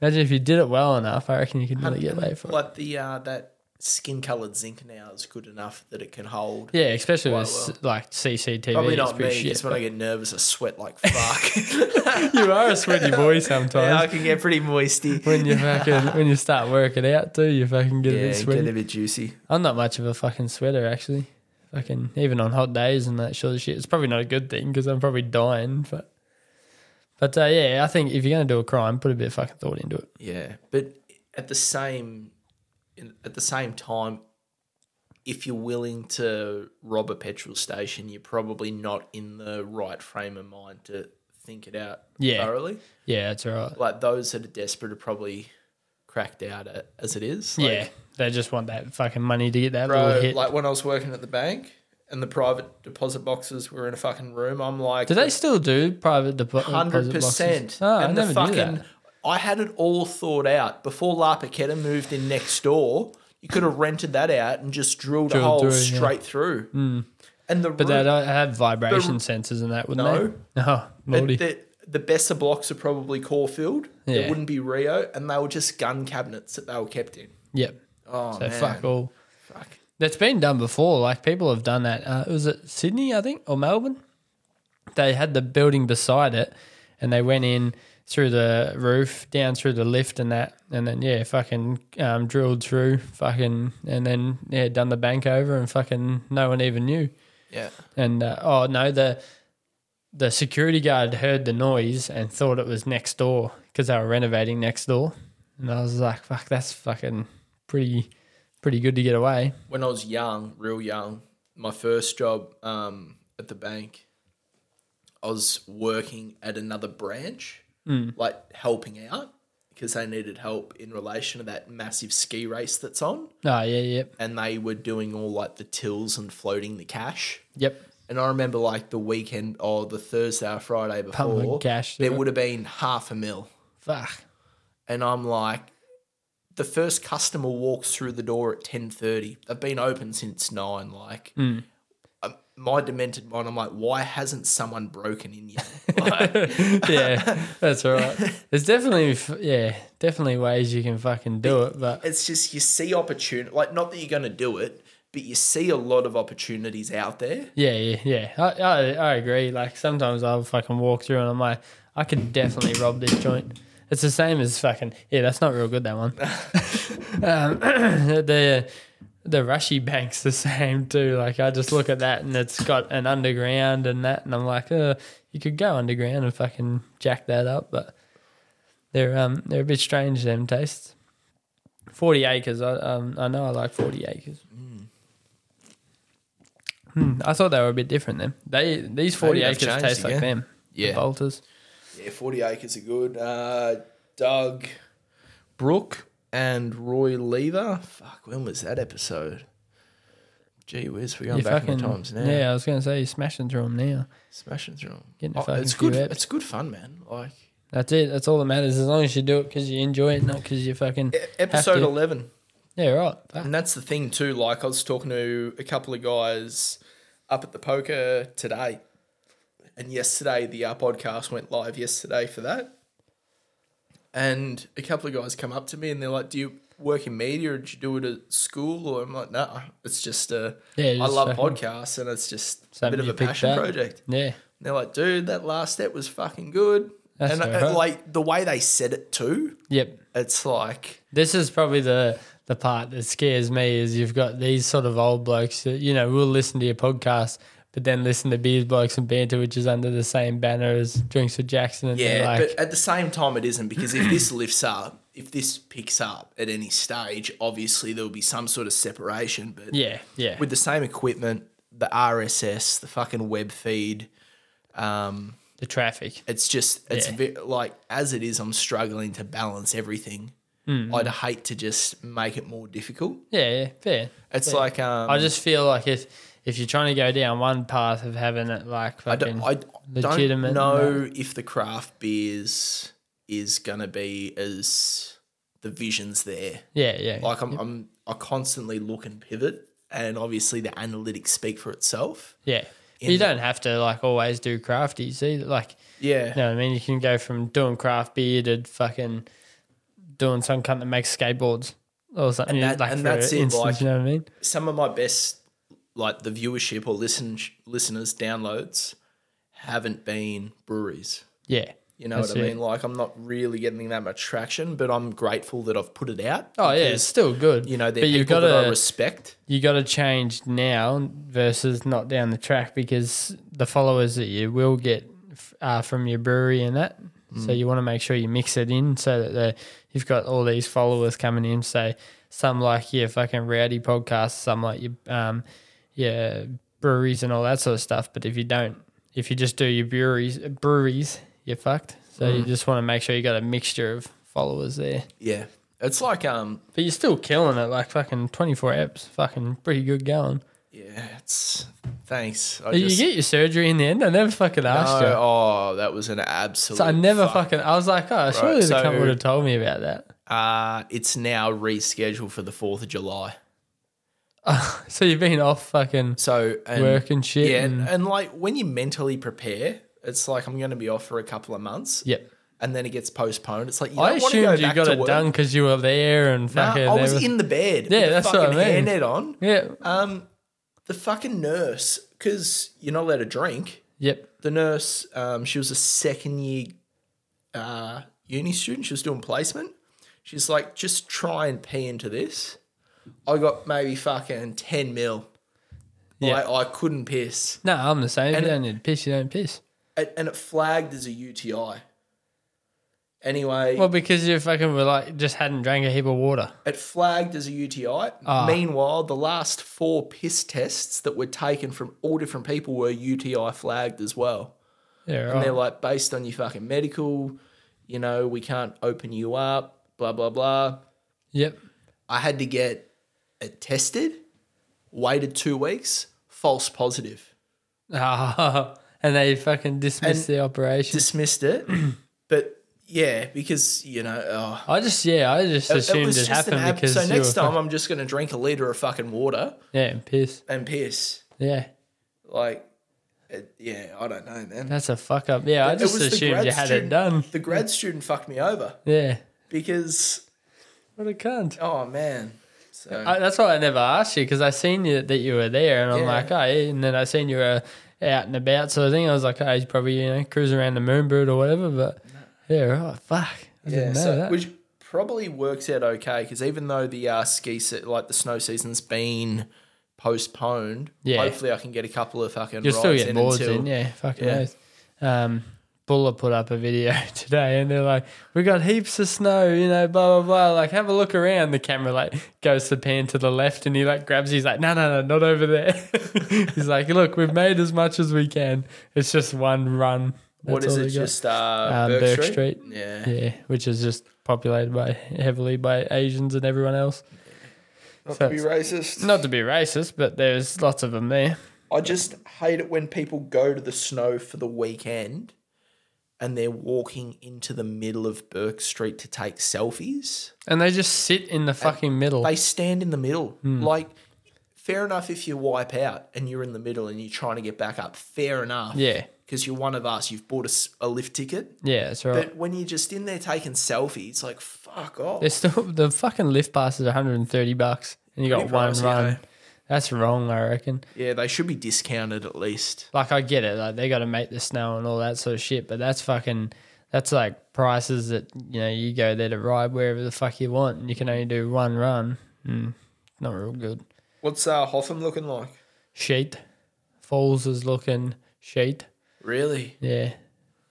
[SPEAKER 1] Imagine if you did it well enough. I reckon you could really get laid for it.
[SPEAKER 2] Like the uh, that skin coloured zinc now is good enough that it can hold.
[SPEAKER 1] Yeah, especially
[SPEAKER 2] Quite
[SPEAKER 1] with
[SPEAKER 2] well.
[SPEAKER 1] s like CCTV.
[SPEAKER 2] Probably
[SPEAKER 1] it's
[SPEAKER 2] not me.
[SPEAKER 1] pretty shit,
[SPEAKER 2] Because when I get nervous, I sweat like fuck.
[SPEAKER 1] but- you are a sweaty boy sometimes.
[SPEAKER 2] yeah, I can get pretty moisty.
[SPEAKER 1] When you fucking when you start working out too, you fucking get a
[SPEAKER 2] yeah,
[SPEAKER 1] bit
[SPEAKER 2] get
[SPEAKER 1] sweaty.
[SPEAKER 2] a bit juicy.
[SPEAKER 1] I'm not much of a fucking sweater actually. Fucking even on hot days and that sort of shit. It's probably not a good thing because I'm probably dying. But but uh, yeah, I think if you're gonna do a crime, put a bit of fucking thought into it.
[SPEAKER 2] Yeah, but at the same in- at the same time, if you're willing to rob a petrol station, you're probably not in the right frame of mind to think it out
[SPEAKER 1] Yeah.
[SPEAKER 2] thoroughly.
[SPEAKER 1] Yeah, that's right.
[SPEAKER 2] Like those that are desperate are probably cracked out at, as it is. Like,
[SPEAKER 1] yeah, they just want that fucking money to get that
[SPEAKER 2] bro.
[SPEAKER 1] little hit.
[SPEAKER 2] Like when I was working at the bank and the private deposit boxes were in a fucking room, I'm like,
[SPEAKER 1] do they still do private depo- deposit
[SPEAKER 2] hundred
[SPEAKER 1] boxes?
[SPEAKER 2] percent.
[SPEAKER 1] Oh, I
[SPEAKER 2] and
[SPEAKER 1] never
[SPEAKER 2] the
[SPEAKER 1] knew
[SPEAKER 2] fucking,
[SPEAKER 1] that.
[SPEAKER 2] I had it all thought out before Larpaketa moved in next door. You could have rented that out and just drilled,
[SPEAKER 1] Drilled
[SPEAKER 2] a hole
[SPEAKER 1] through, yeah. Hmm.
[SPEAKER 2] straight through. And the
[SPEAKER 1] But they
[SPEAKER 2] room-
[SPEAKER 1] don't have vibration sensors and that, wouldn't
[SPEAKER 2] No.
[SPEAKER 1] they? No, naughty.
[SPEAKER 2] the, the, the Besser blocks are probably Caulfield.
[SPEAKER 1] Yeah.
[SPEAKER 2] It wouldn't be Rio, and they were just gun cabinets that they were kept in.
[SPEAKER 1] yep.
[SPEAKER 2] Oh
[SPEAKER 1] So
[SPEAKER 2] man,
[SPEAKER 1] fuck all.
[SPEAKER 2] Fuck.
[SPEAKER 1] That's been done before. Like people have done that. Uh, was it Sydney, I think, or Melbourne? They had the building beside it, and they went in through the roof, down through the lift, and that, and then yeah, fucking um, drilled through, fucking, and then yeah, done the bank over, and fucking no one even knew.
[SPEAKER 2] Yeah,
[SPEAKER 1] And uh, oh no, the the security guard heard the noise and thought it was next door because they were renovating next door. And I was like, fuck, that's fucking pretty pretty good to get away.
[SPEAKER 2] when I was young, real young, my first job um, at the bank, I was working at another branch,
[SPEAKER 1] Hmm.
[SPEAKER 2] like helping out because they needed help in relation to that massive ski race that's on.
[SPEAKER 1] Oh yeah, yeah.
[SPEAKER 2] And they were doing all like the tills and floating the cash.
[SPEAKER 1] Yep.
[SPEAKER 2] And I remember like the weekend or the Thursday or Friday
[SPEAKER 1] of
[SPEAKER 2] before,
[SPEAKER 1] cash,
[SPEAKER 2] there
[SPEAKER 1] yeah.
[SPEAKER 2] would have been half a mil.
[SPEAKER 1] Fuck.
[SPEAKER 2] And I'm like, the first customer walks through the door at 10.30. They've been open since 9. Like,
[SPEAKER 1] Hmm.
[SPEAKER 2] um, my demented mind, I'm like, why hasn't someone broken in yet? Like,
[SPEAKER 1] yeah, that's all right. There's definitely f- yeah, definitely ways you can fucking do it, but
[SPEAKER 2] it's just you see opportunity. Like, not that you're going to do it, but you see a lot of opportunities out there.
[SPEAKER 1] yeah, yeah, yeah. I, I I agree. Like sometimes I'll fucking walk through and I'm like, I could definitely rob this joint. It's the same as fucking yeah. That's not real good. That one. um, the the rushy bank's the same too. Like I just look at that and it's got an underground and that, and I'm like, uh, you could go underground and fucking jack that up, but they're um they're a bit strange them tastes. Forty acres. I um I know I like forty acres. Hmm, I thought they were a bit different then. They these forty
[SPEAKER 2] Maybe
[SPEAKER 1] acres
[SPEAKER 2] they've changed
[SPEAKER 1] taste like
[SPEAKER 2] again.
[SPEAKER 1] them. the
[SPEAKER 2] Yeah.
[SPEAKER 1] Bolters.
[SPEAKER 2] Yeah, 40 acres are good. Uh, Doug Brooke and Roy Lever. Fuck, when was that episode? Gee whiz, we're going
[SPEAKER 1] You
[SPEAKER 2] back in
[SPEAKER 1] fucking-
[SPEAKER 2] times now.
[SPEAKER 1] Yeah, I was gonna say you're smashing through them now.
[SPEAKER 2] Smashing through 'em. Oh,
[SPEAKER 1] Getting a fucking
[SPEAKER 2] it's
[SPEAKER 1] few
[SPEAKER 2] good.
[SPEAKER 1] eps.
[SPEAKER 2] It's good fun, man. Like
[SPEAKER 1] That's it. That's all that matters. As long as you do it because you enjoy it, not because you fucking
[SPEAKER 2] E-, episode
[SPEAKER 1] to.
[SPEAKER 2] eleven,
[SPEAKER 1] yeah right. Fuck.
[SPEAKER 2] and that's the thing too. Like I was talking to a couple of guys up at the poker today, and yesterday the uh, podcast went live yesterday for that, and a couple of guys come up to me and they're like, "Do you?" Work in media, or did you do it at school? Or I'm like, no, it's just a.
[SPEAKER 1] Yeah,
[SPEAKER 2] I
[SPEAKER 1] just
[SPEAKER 2] love
[SPEAKER 1] fucking-
[SPEAKER 2] podcasts, and it's just a
[SPEAKER 1] Something
[SPEAKER 2] bit of
[SPEAKER 1] you
[SPEAKER 2] a
[SPEAKER 1] picked
[SPEAKER 2] passion
[SPEAKER 1] up.
[SPEAKER 2] project.
[SPEAKER 1] Yeah.
[SPEAKER 2] And they're like, dude, that last step was fucking good.
[SPEAKER 1] That's
[SPEAKER 2] and uh,
[SPEAKER 1] alright.
[SPEAKER 2] like the way they said it too,
[SPEAKER 1] Yep.
[SPEAKER 2] it's like,
[SPEAKER 1] This is probably the the part that scares me is you've got these sort of old blokes that you know will listen to your podcast, but then listen to beers, blokes, and banter, which is under the same banner as drinks with Jackson. And they're
[SPEAKER 2] yeah,
[SPEAKER 1] like,
[SPEAKER 2] but at the same time, it isn't because if this lifts up, if this picks up at any stage, obviously there'll be some sort of separation. But
[SPEAKER 1] yeah, yeah,
[SPEAKER 2] with the same equipment, the RSS, the fucking web feed, um,
[SPEAKER 1] the traffic.
[SPEAKER 2] it's just, it's
[SPEAKER 1] Yeah.
[SPEAKER 2] ve- like as it is, I'm struggling to balance everything.
[SPEAKER 1] Hmm.
[SPEAKER 2] I'd hate to just make it more difficult.
[SPEAKER 1] Yeah, yeah, fair.
[SPEAKER 2] It's
[SPEAKER 1] fair.
[SPEAKER 2] like, um,
[SPEAKER 1] I just feel like if if you're trying to go down one path of having it like
[SPEAKER 2] I
[SPEAKER 1] fucking
[SPEAKER 2] don't, I
[SPEAKER 1] legitimate,
[SPEAKER 2] don't
[SPEAKER 1] and
[SPEAKER 2] know if the craft beers is gonna be as the visions there.
[SPEAKER 1] that- yeah, yeah,
[SPEAKER 2] Like I'm, I'm I constantly look and pivot and obviously the analytics speak for itself.
[SPEAKER 1] Yeah. But
[SPEAKER 2] In
[SPEAKER 1] you
[SPEAKER 2] the-
[SPEAKER 1] don't have to like always do crafties either. Like,
[SPEAKER 2] Yeah.
[SPEAKER 1] you know what I mean? You can go from doing craft beer to fucking doing some cunt that makes skateboards or something.
[SPEAKER 2] And that-
[SPEAKER 1] like
[SPEAKER 2] and
[SPEAKER 1] for
[SPEAKER 2] that's it,
[SPEAKER 1] instance,
[SPEAKER 2] like-
[SPEAKER 1] you know what I mean?
[SPEAKER 2] Some of my best, like the viewership or listen listeners downloads, haven't been breweries.
[SPEAKER 1] Yeah.
[SPEAKER 2] You know
[SPEAKER 1] That's
[SPEAKER 2] what I
[SPEAKER 1] it.
[SPEAKER 2] mean? Like I'm not really getting that much traction, but I'm grateful that I've put it out.
[SPEAKER 1] Oh yeah,
[SPEAKER 2] because,
[SPEAKER 1] it's still good.
[SPEAKER 2] You know, they're
[SPEAKER 1] but you've
[SPEAKER 2] people
[SPEAKER 1] got
[SPEAKER 2] that I
[SPEAKER 1] to
[SPEAKER 2] respect.
[SPEAKER 1] you got to change now versus not down the track because the followers that you will get f- are from your brewery and that. So you want to make sure you mix it in so that the- you've got all these followers coming in. So some like your fucking rowdy podcasts, some like your um, your breweries and all that sort of stuff. But if you don't, if you just do your breweries, breweries, you're fucked. So you just want to make sure you got a mixture of followers there.
[SPEAKER 2] Yeah. It's like um
[SPEAKER 1] But you're still killing it, like fucking 24 eps. Fucking pretty good going.
[SPEAKER 2] yeah, it's thanks. I
[SPEAKER 1] Did you get your surgery in the end? I never fucking asked
[SPEAKER 2] No,
[SPEAKER 1] you.
[SPEAKER 2] oh, that was an absolute.
[SPEAKER 1] so I never
[SPEAKER 2] fuck.
[SPEAKER 1] fucking, I was like, oh, surely the
[SPEAKER 2] so-
[SPEAKER 1] cunt would have told me about that.
[SPEAKER 2] Uh, it's now rescheduled for the Fourth of July.
[SPEAKER 1] So you've been off fucking
[SPEAKER 2] So and,
[SPEAKER 1] work and shit.
[SPEAKER 2] yeah, and,
[SPEAKER 1] and-
[SPEAKER 2] and like when you mentally prepare, it's like I'm going to be off for a couple of months.
[SPEAKER 1] yep.
[SPEAKER 2] and then it gets postponed. It's like you
[SPEAKER 1] I
[SPEAKER 2] don't want to go
[SPEAKER 1] assumed you
[SPEAKER 2] back
[SPEAKER 1] got
[SPEAKER 2] to
[SPEAKER 1] it
[SPEAKER 2] work.
[SPEAKER 1] done because you were there and
[SPEAKER 2] Nah,
[SPEAKER 1] fucking.
[SPEAKER 2] I was
[SPEAKER 1] everything.
[SPEAKER 2] in the bed.
[SPEAKER 1] Yeah,
[SPEAKER 2] with the
[SPEAKER 1] that's what I mean.
[SPEAKER 2] fucking Hairnet on.
[SPEAKER 1] yeah.
[SPEAKER 2] Um, the fucking nurse, because you're not allowed to drink.
[SPEAKER 1] Yep.
[SPEAKER 2] The nurse, um, she was a second year uh, uni student. She was doing placement. She's like, just try and pee into this. I got maybe fucking ten mil.
[SPEAKER 1] Yeah.
[SPEAKER 2] Like, I couldn't piss,
[SPEAKER 1] No, I'm the same.
[SPEAKER 2] And-
[SPEAKER 1] you don't need to piss, you don't piss.
[SPEAKER 2] It- and it flagged as a UTI. Anyway,
[SPEAKER 1] Well, because you fucking were like, just hadn't drank a heap of water.
[SPEAKER 2] It flagged as a UTI.
[SPEAKER 1] Ah.
[SPEAKER 2] Meanwhile, the last four piss tests that were taken from all different people were UTI flagged as well.
[SPEAKER 1] Yeah,
[SPEAKER 2] And
[SPEAKER 1] right.
[SPEAKER 2] they're like, based on your fucking medical, you know, we can't open you up, blah, blah, blah.
[SPEAKER 1] Yep.
[SPEAKER 2] I had to get it tested, waited two weeks, false positive.
[SPEAKER 1] and they fucking dismissed the operation.
[SPEAKER 2] Dismissed it. but yeah, because, you know, oh,
[SPEAKER 1] I just, yeah, I just assumed it, happened
[SPEAKER 2] ab-
[SPEAKER 1] because
[SPEAKER 2] So
[SPEAKER 1] you
[SPEAKER 2] next
[SPEAKER 1] were
[SPEAKER 2] time, I'm just going to drink a litre of fucking water
[SPEAKER 1] fucking- yeah, and piss.
[SPEAKER 2] and piss.
[SPEAKER 1] Yeah.
[SPEAKER 2] Like, it, yeah, I don't know, man.
[SPEAKER 1] That's a fuck up. Yeah, I
[SPEAKER 2] It
[SPEAKER 1] just
[SPEAKER 2] was the
[SPEAKER 1] assumed
[SPEAKER 2] grad
[SPEAKER 1] you had
[SPEAKER 2] student-
[SPEAKER 1] it done.
[SPEAKER 2] The grad student fucked me over
[SPEAKER 1] Yeah.
[SPEAKER 2] because,
[SPEAKER 1] What a cunt.
[SPEAKER 2] oh man. So
[SPEAKER 1] I, that's why I never asked you because I seen you that you were there, and I'm
[SPEAKER 2] Yeah.
[SPEAKER 1] like, oh, yeah. and then I seen you were out and about sort of thing. I was like, oh, he's probably you know cruising around the moon brood or whatever. But yeah, right, fuck, I
[SPEAKER 2] yeah,
[SPEAKER 1] didn't know
[SPEAKER 2] so
[SPEAKER 1] that.
[SPEAKER 2] which probably works out okay because even though the uh, ski se- like the snow season's been postponed,
[SPEAKER 1] Yeah.
[SPEAKER 2] hopefully I can get a couple of fucking.
[SPEAKER 1] You're still
[SPEAKER 2] rides
[SPEAKER 1] getting
[SPEAKER 2] in
[SPEAKER 1] boards
[SPEAKER 2] until-
[SPEAKER 1] in, yeah. Fucking
[SPEAKER 2] Yeah.
[SPEAKER 1] knows. Um, Buller put up a video today, and they're like, "We got heaps of snow, you know, blah blah blah." Like, have a look around. The camera like goes to pan to the left, and he like grabs. He's like, "No, no, no, not over there." he's like, "Look, we've made as much as we can. It's just one run."
[SPEAKER 2] What
[SPEAKER 1] That's
[SPEAKER 2] is
[SPEAKER 1] all
[SPEAKER 2] it?
[SPEAKER 1] they got.
[SPEAKER 2] Just uh,
[SPEAKER 1] Um,
[SPEAKER 2] Burke,
[SPEAKER 1] Burke
[SPEAKER 2] Street.
[SPEAKER 1] Street?
[SPEAKER 2] Yeah.
[SPEAKER 1] yeah, which is just populated by heavily by Asians and everyone else.
[SPEAKER 2] Not
[SPEAKER 1] So
[SPEAKER 2] to be
[SPEAKER 1] it's-
[SPEAKER 2] racist.
[SPEAKER 1] Not to be racist, but there's lots of them there.
[SPEAKER 2] I just hate it when people go to the snow for the weekend and they're walking into the middle of Burke Street to take selfies.
[SPEAKER 1] And they just sit in the fucking middle.
[SPEAKER 2] They stand in the middle.
[SPEAKER 1] Hmm.
[SPEAKER 2] Like, fair enough if you wipe out and you're in the middle and you're trying to get back up. Fair enough.
[SPEAKER 1] Yeah.
[SPEAKER 2] Because you're one of us. You've bought a s- a, lift ticket.
[SPEAKER 1] Yeah, that's right.
[SPEAKER 2] But when you're just in there taking selfies, like, fuck off.
[SPEAKER 1] It's still the fucking lift pass is 130 bucks, and you got
[SPEAKER 2] Pretty
[SPEAKER 1] one
[SPEAKER 2] pricey,
[SPEAKER 1] run.
[SPEAKER 2] eh?
[SPEAKER 1] That's wrong, I reckon.
[SPEAKER 2] Yeah, they should be discounted at least.
[SPEAKER 1] Like I get it, like they got to make the snow and all that sort of shit, but that's fucking. That's like prices that you know you go there to ride wherever the fuck you want, and you can only do one run. Mm, not real good.
[SPEAKER 2] What's uh, Hotham looking like?
[SPEAKER 1] Sheet, Falls is looking sheet.
[SPEAKER 2] Really?
[SPEAKER 1] Yeah,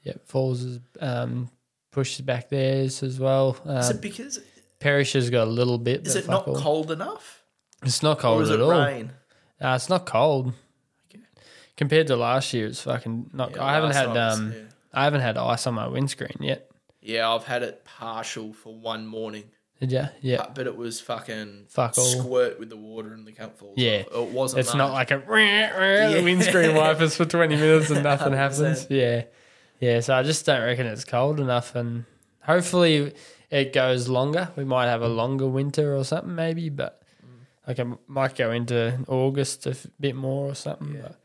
[SPEAKER 1] yep. Falls is um, pushes back theirs as well.
[SPEAKER 2] Is
[SPEAKER 1] Um,
[SPEAKER 2] it because,
[SPEAKER 1] Parrish has got a little bit.
[SPEAKER 2] is
[SPEAKER 1] but
[SPEAKER 2] it not
[SPEAKER 1] fuck all.
[SPEAKER 2] cold enough?
[SPEAKER 1] It's not
[SPEAKER 2] Or
[SPEAKER 1] cold
[SPEAKER 2] is
[SPEAKER 1] at
[SPEAKER 2] it
[SPEAKER 1] all.
[SPEAKER 2] rain?
[SPEAKER 1] Uh, it's not cold. Compared to last year, it's fucking not.
[SPEAKER 2] Yeah,
[SPEAKER 1] I haven't
[SPEAKER 2] last
[SPEAKER 1] had
[SPEAKER 2] night was-
[SPEAKER 1] um,
[SPEAKER 2] yeah.
[SPEAKER 1] I haven't had ice on my windscreen yet.
[SPEAKER 2] Yeah, I've had it partial for one morning,
[SPEAKER 1] Did ya? Yeah,
[SPEAKER 2] but it was fucking
[SPEAKER 1] Fuck all.
[SPEAKER 2] squirt with the water and the cup falls.
[SPEAKER 1] Yeah.
[SPEAKER 2] off. it wasn't.
[SPEAKER 1] it's not
[SPEAKER 2] much.
[SPEAKER 1] like a the windscreen wipers for twenty minutes and nothing happens. Yeah, yeah. So I just don't reckon it's cold enough, and hopefully it goes longer. We might have a longer winter or something, maybe. But like it m- might go into August a f- bit more or something. But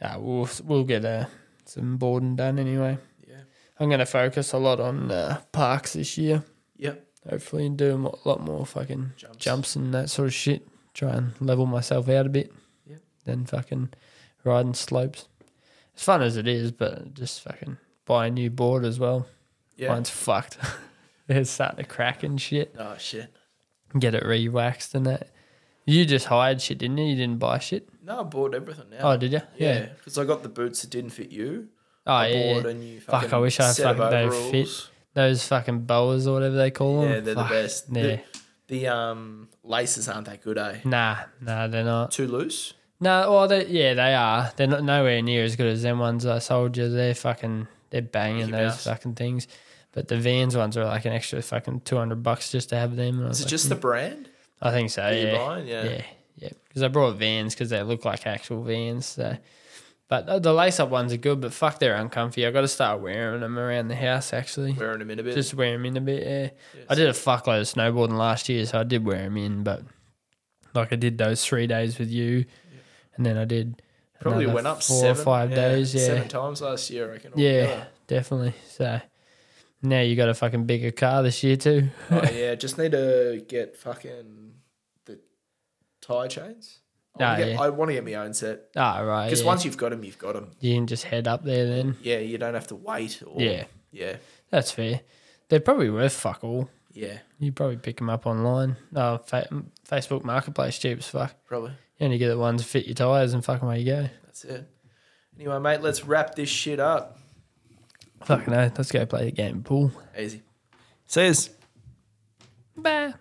[SPEAKER 1] uh, we'll we'll get uh, some boarding done anyway.
[SPEAKER 2] Yeah.
[SPEAKER 1] I'm going to focus a lot on uh, parks this year.
[SPEAKER 2] Yep.
[SPEAKER 1] Hopefully, and do a mo- lot more fucking
[SPEAKER 2] Jumps.
[SPEAKER 1] jumps and that sort of shit. Try and level myself out a bit.
[SPEAKER 2] Yeah.
[SPEAKER 1] Then fucking riding slopes. As fun as it is, but just fucking buy a new board as well.
[SPEAKER 2] Yeah.
[SPEAKER 1] Mine's fucked. it's starting to crack and shit.
[SPEAKER 2] Oh shit.
[SPEAKER 1] Get it re waxed and that. You just hired shit, didn't you? You didn't buy shit.
[SPEAKER 2] No, I bought everything now.
[SPEAKER 1] Oh, did you?
[SPEAKER 2] Uh, yeah. Because I got the boots that didn't fit you.
[SPEAKER 1] Oh,
[SPEAKER 2] I
[SPEAKER 1] yeah.
[SPEAKER 2] bought
[SPEAKER 1] yeah.
[SPEAKER 2] a new
[SPEAKER 1] Fuck, I
[SPEAKER 2] fucking
[SPEAKER 1] wish I had
[SPEAKER 2] set of
[SPEAKER 1] fucking those
[SPEAKER 2] overalls.
[SPEAKER 1] fit. Those fucking boas or whatever they call them.
[SPEAKER 2] Yeah, they're
[SPEAKER 1] Fuck,
[SPEAKER 2] the best.
[SPEAKER 1] Yeah.
[SPEAKER 2] The, the um laces aren't that good, eh?
[SPEAKER 1] Nah, nah, they're not.
[SPEAKER 2] Too loose.
[SPEAKER 1] No, well, they, yeah, they are. They're not nowhere near as good as them ones I sold you. They're fucking, they're banging
[SPEAKER 2] Mickey
[SPEAKER 1] those
[SPEAKER 2] Mouse.
[SPEAKER 1] fucking things. But the Vans ones are like an extra fucking two hundred bucks just to have them. And I was
[SPEAKER 2] Is it
[SPEAKER 1] like, "Hmm."
[SPEAKER 2] just the brand?
[SPEAKER 1] I think so.
[SPEAKER 2] that you're
[SPEAKER 1] Yeah.
[SPEAKER 2] buying? Yeah.
[SPEAKER 1] yeah, yeah. Because I brought Vans because they look like actual Vans. So, but the- the lace up ones are good. But fuck, they're uncomfy. I got to start wearing them around the house actually.
[SPEAKER 2] Wearing them in a bit.
[SPEAKER 1] Just wear them in a bit. Yeah.
[SPEAKER 2] Yes.
[SPEAKER 1] I did a fuckload of snowboarding last year, so I did wear them in. But like I did those three days with you, and then I did
[SPEAKER 2] Probably
[SPEAKER 1] another
[SPEAKER 2] went up
[SPEAKER 1] four
[SPEAKER 2] seven,
[SPEAKER 1] or five days. Yeah,
[SPEAKER 2] seven times last year. I reckon.
[SPEAKER 1] yeah,
[SPEAKER 2] altogether.
[SPEAKER 1] definitely. So now you got a fucking bigger car this year too.
[SPEAKER 2] oh yeah. Just need to get fucking the tie chains. I wanna
[SPEAKER 1] Ah,
[SPEAKER 2] get-
[SPEAKER 1] yeah.
[SPEAKER 2] I want to get my own set
[SPEAKER 1] Ah, right.
[SPEAKER 2] because
[SPEAKER 1] Yeah.
[SPEAKER 2] once you've got them, you've got them.
[SPEAKER 1] you can just head up there then.
[SPEAKER 2] Yeah, you don't have to wait. Or,
[SPEAKER 1] Yeah,
[SPEAKER 2] yeah,
[SPEAKER 1] that's fair. They're probably worth fuck all.
[SPEAKER 2] yeah.
[SPEAKER 1] You probably pick them up online. Oh, fa- Facebook Marketplace cheap as fuck.
[SPEAKER 2] Probably
[SPEAKER 1] You only get the ones that fit your tires and fucking away you go.
[SPEAKER 2] that's it. Anyway, mate, let's wrap this shit up.
[SPEAKER 1] Fucking no, let's go play a game of pool.
[SPEAKER 2] Easy. Says.
[SPEAKER 1] Bye.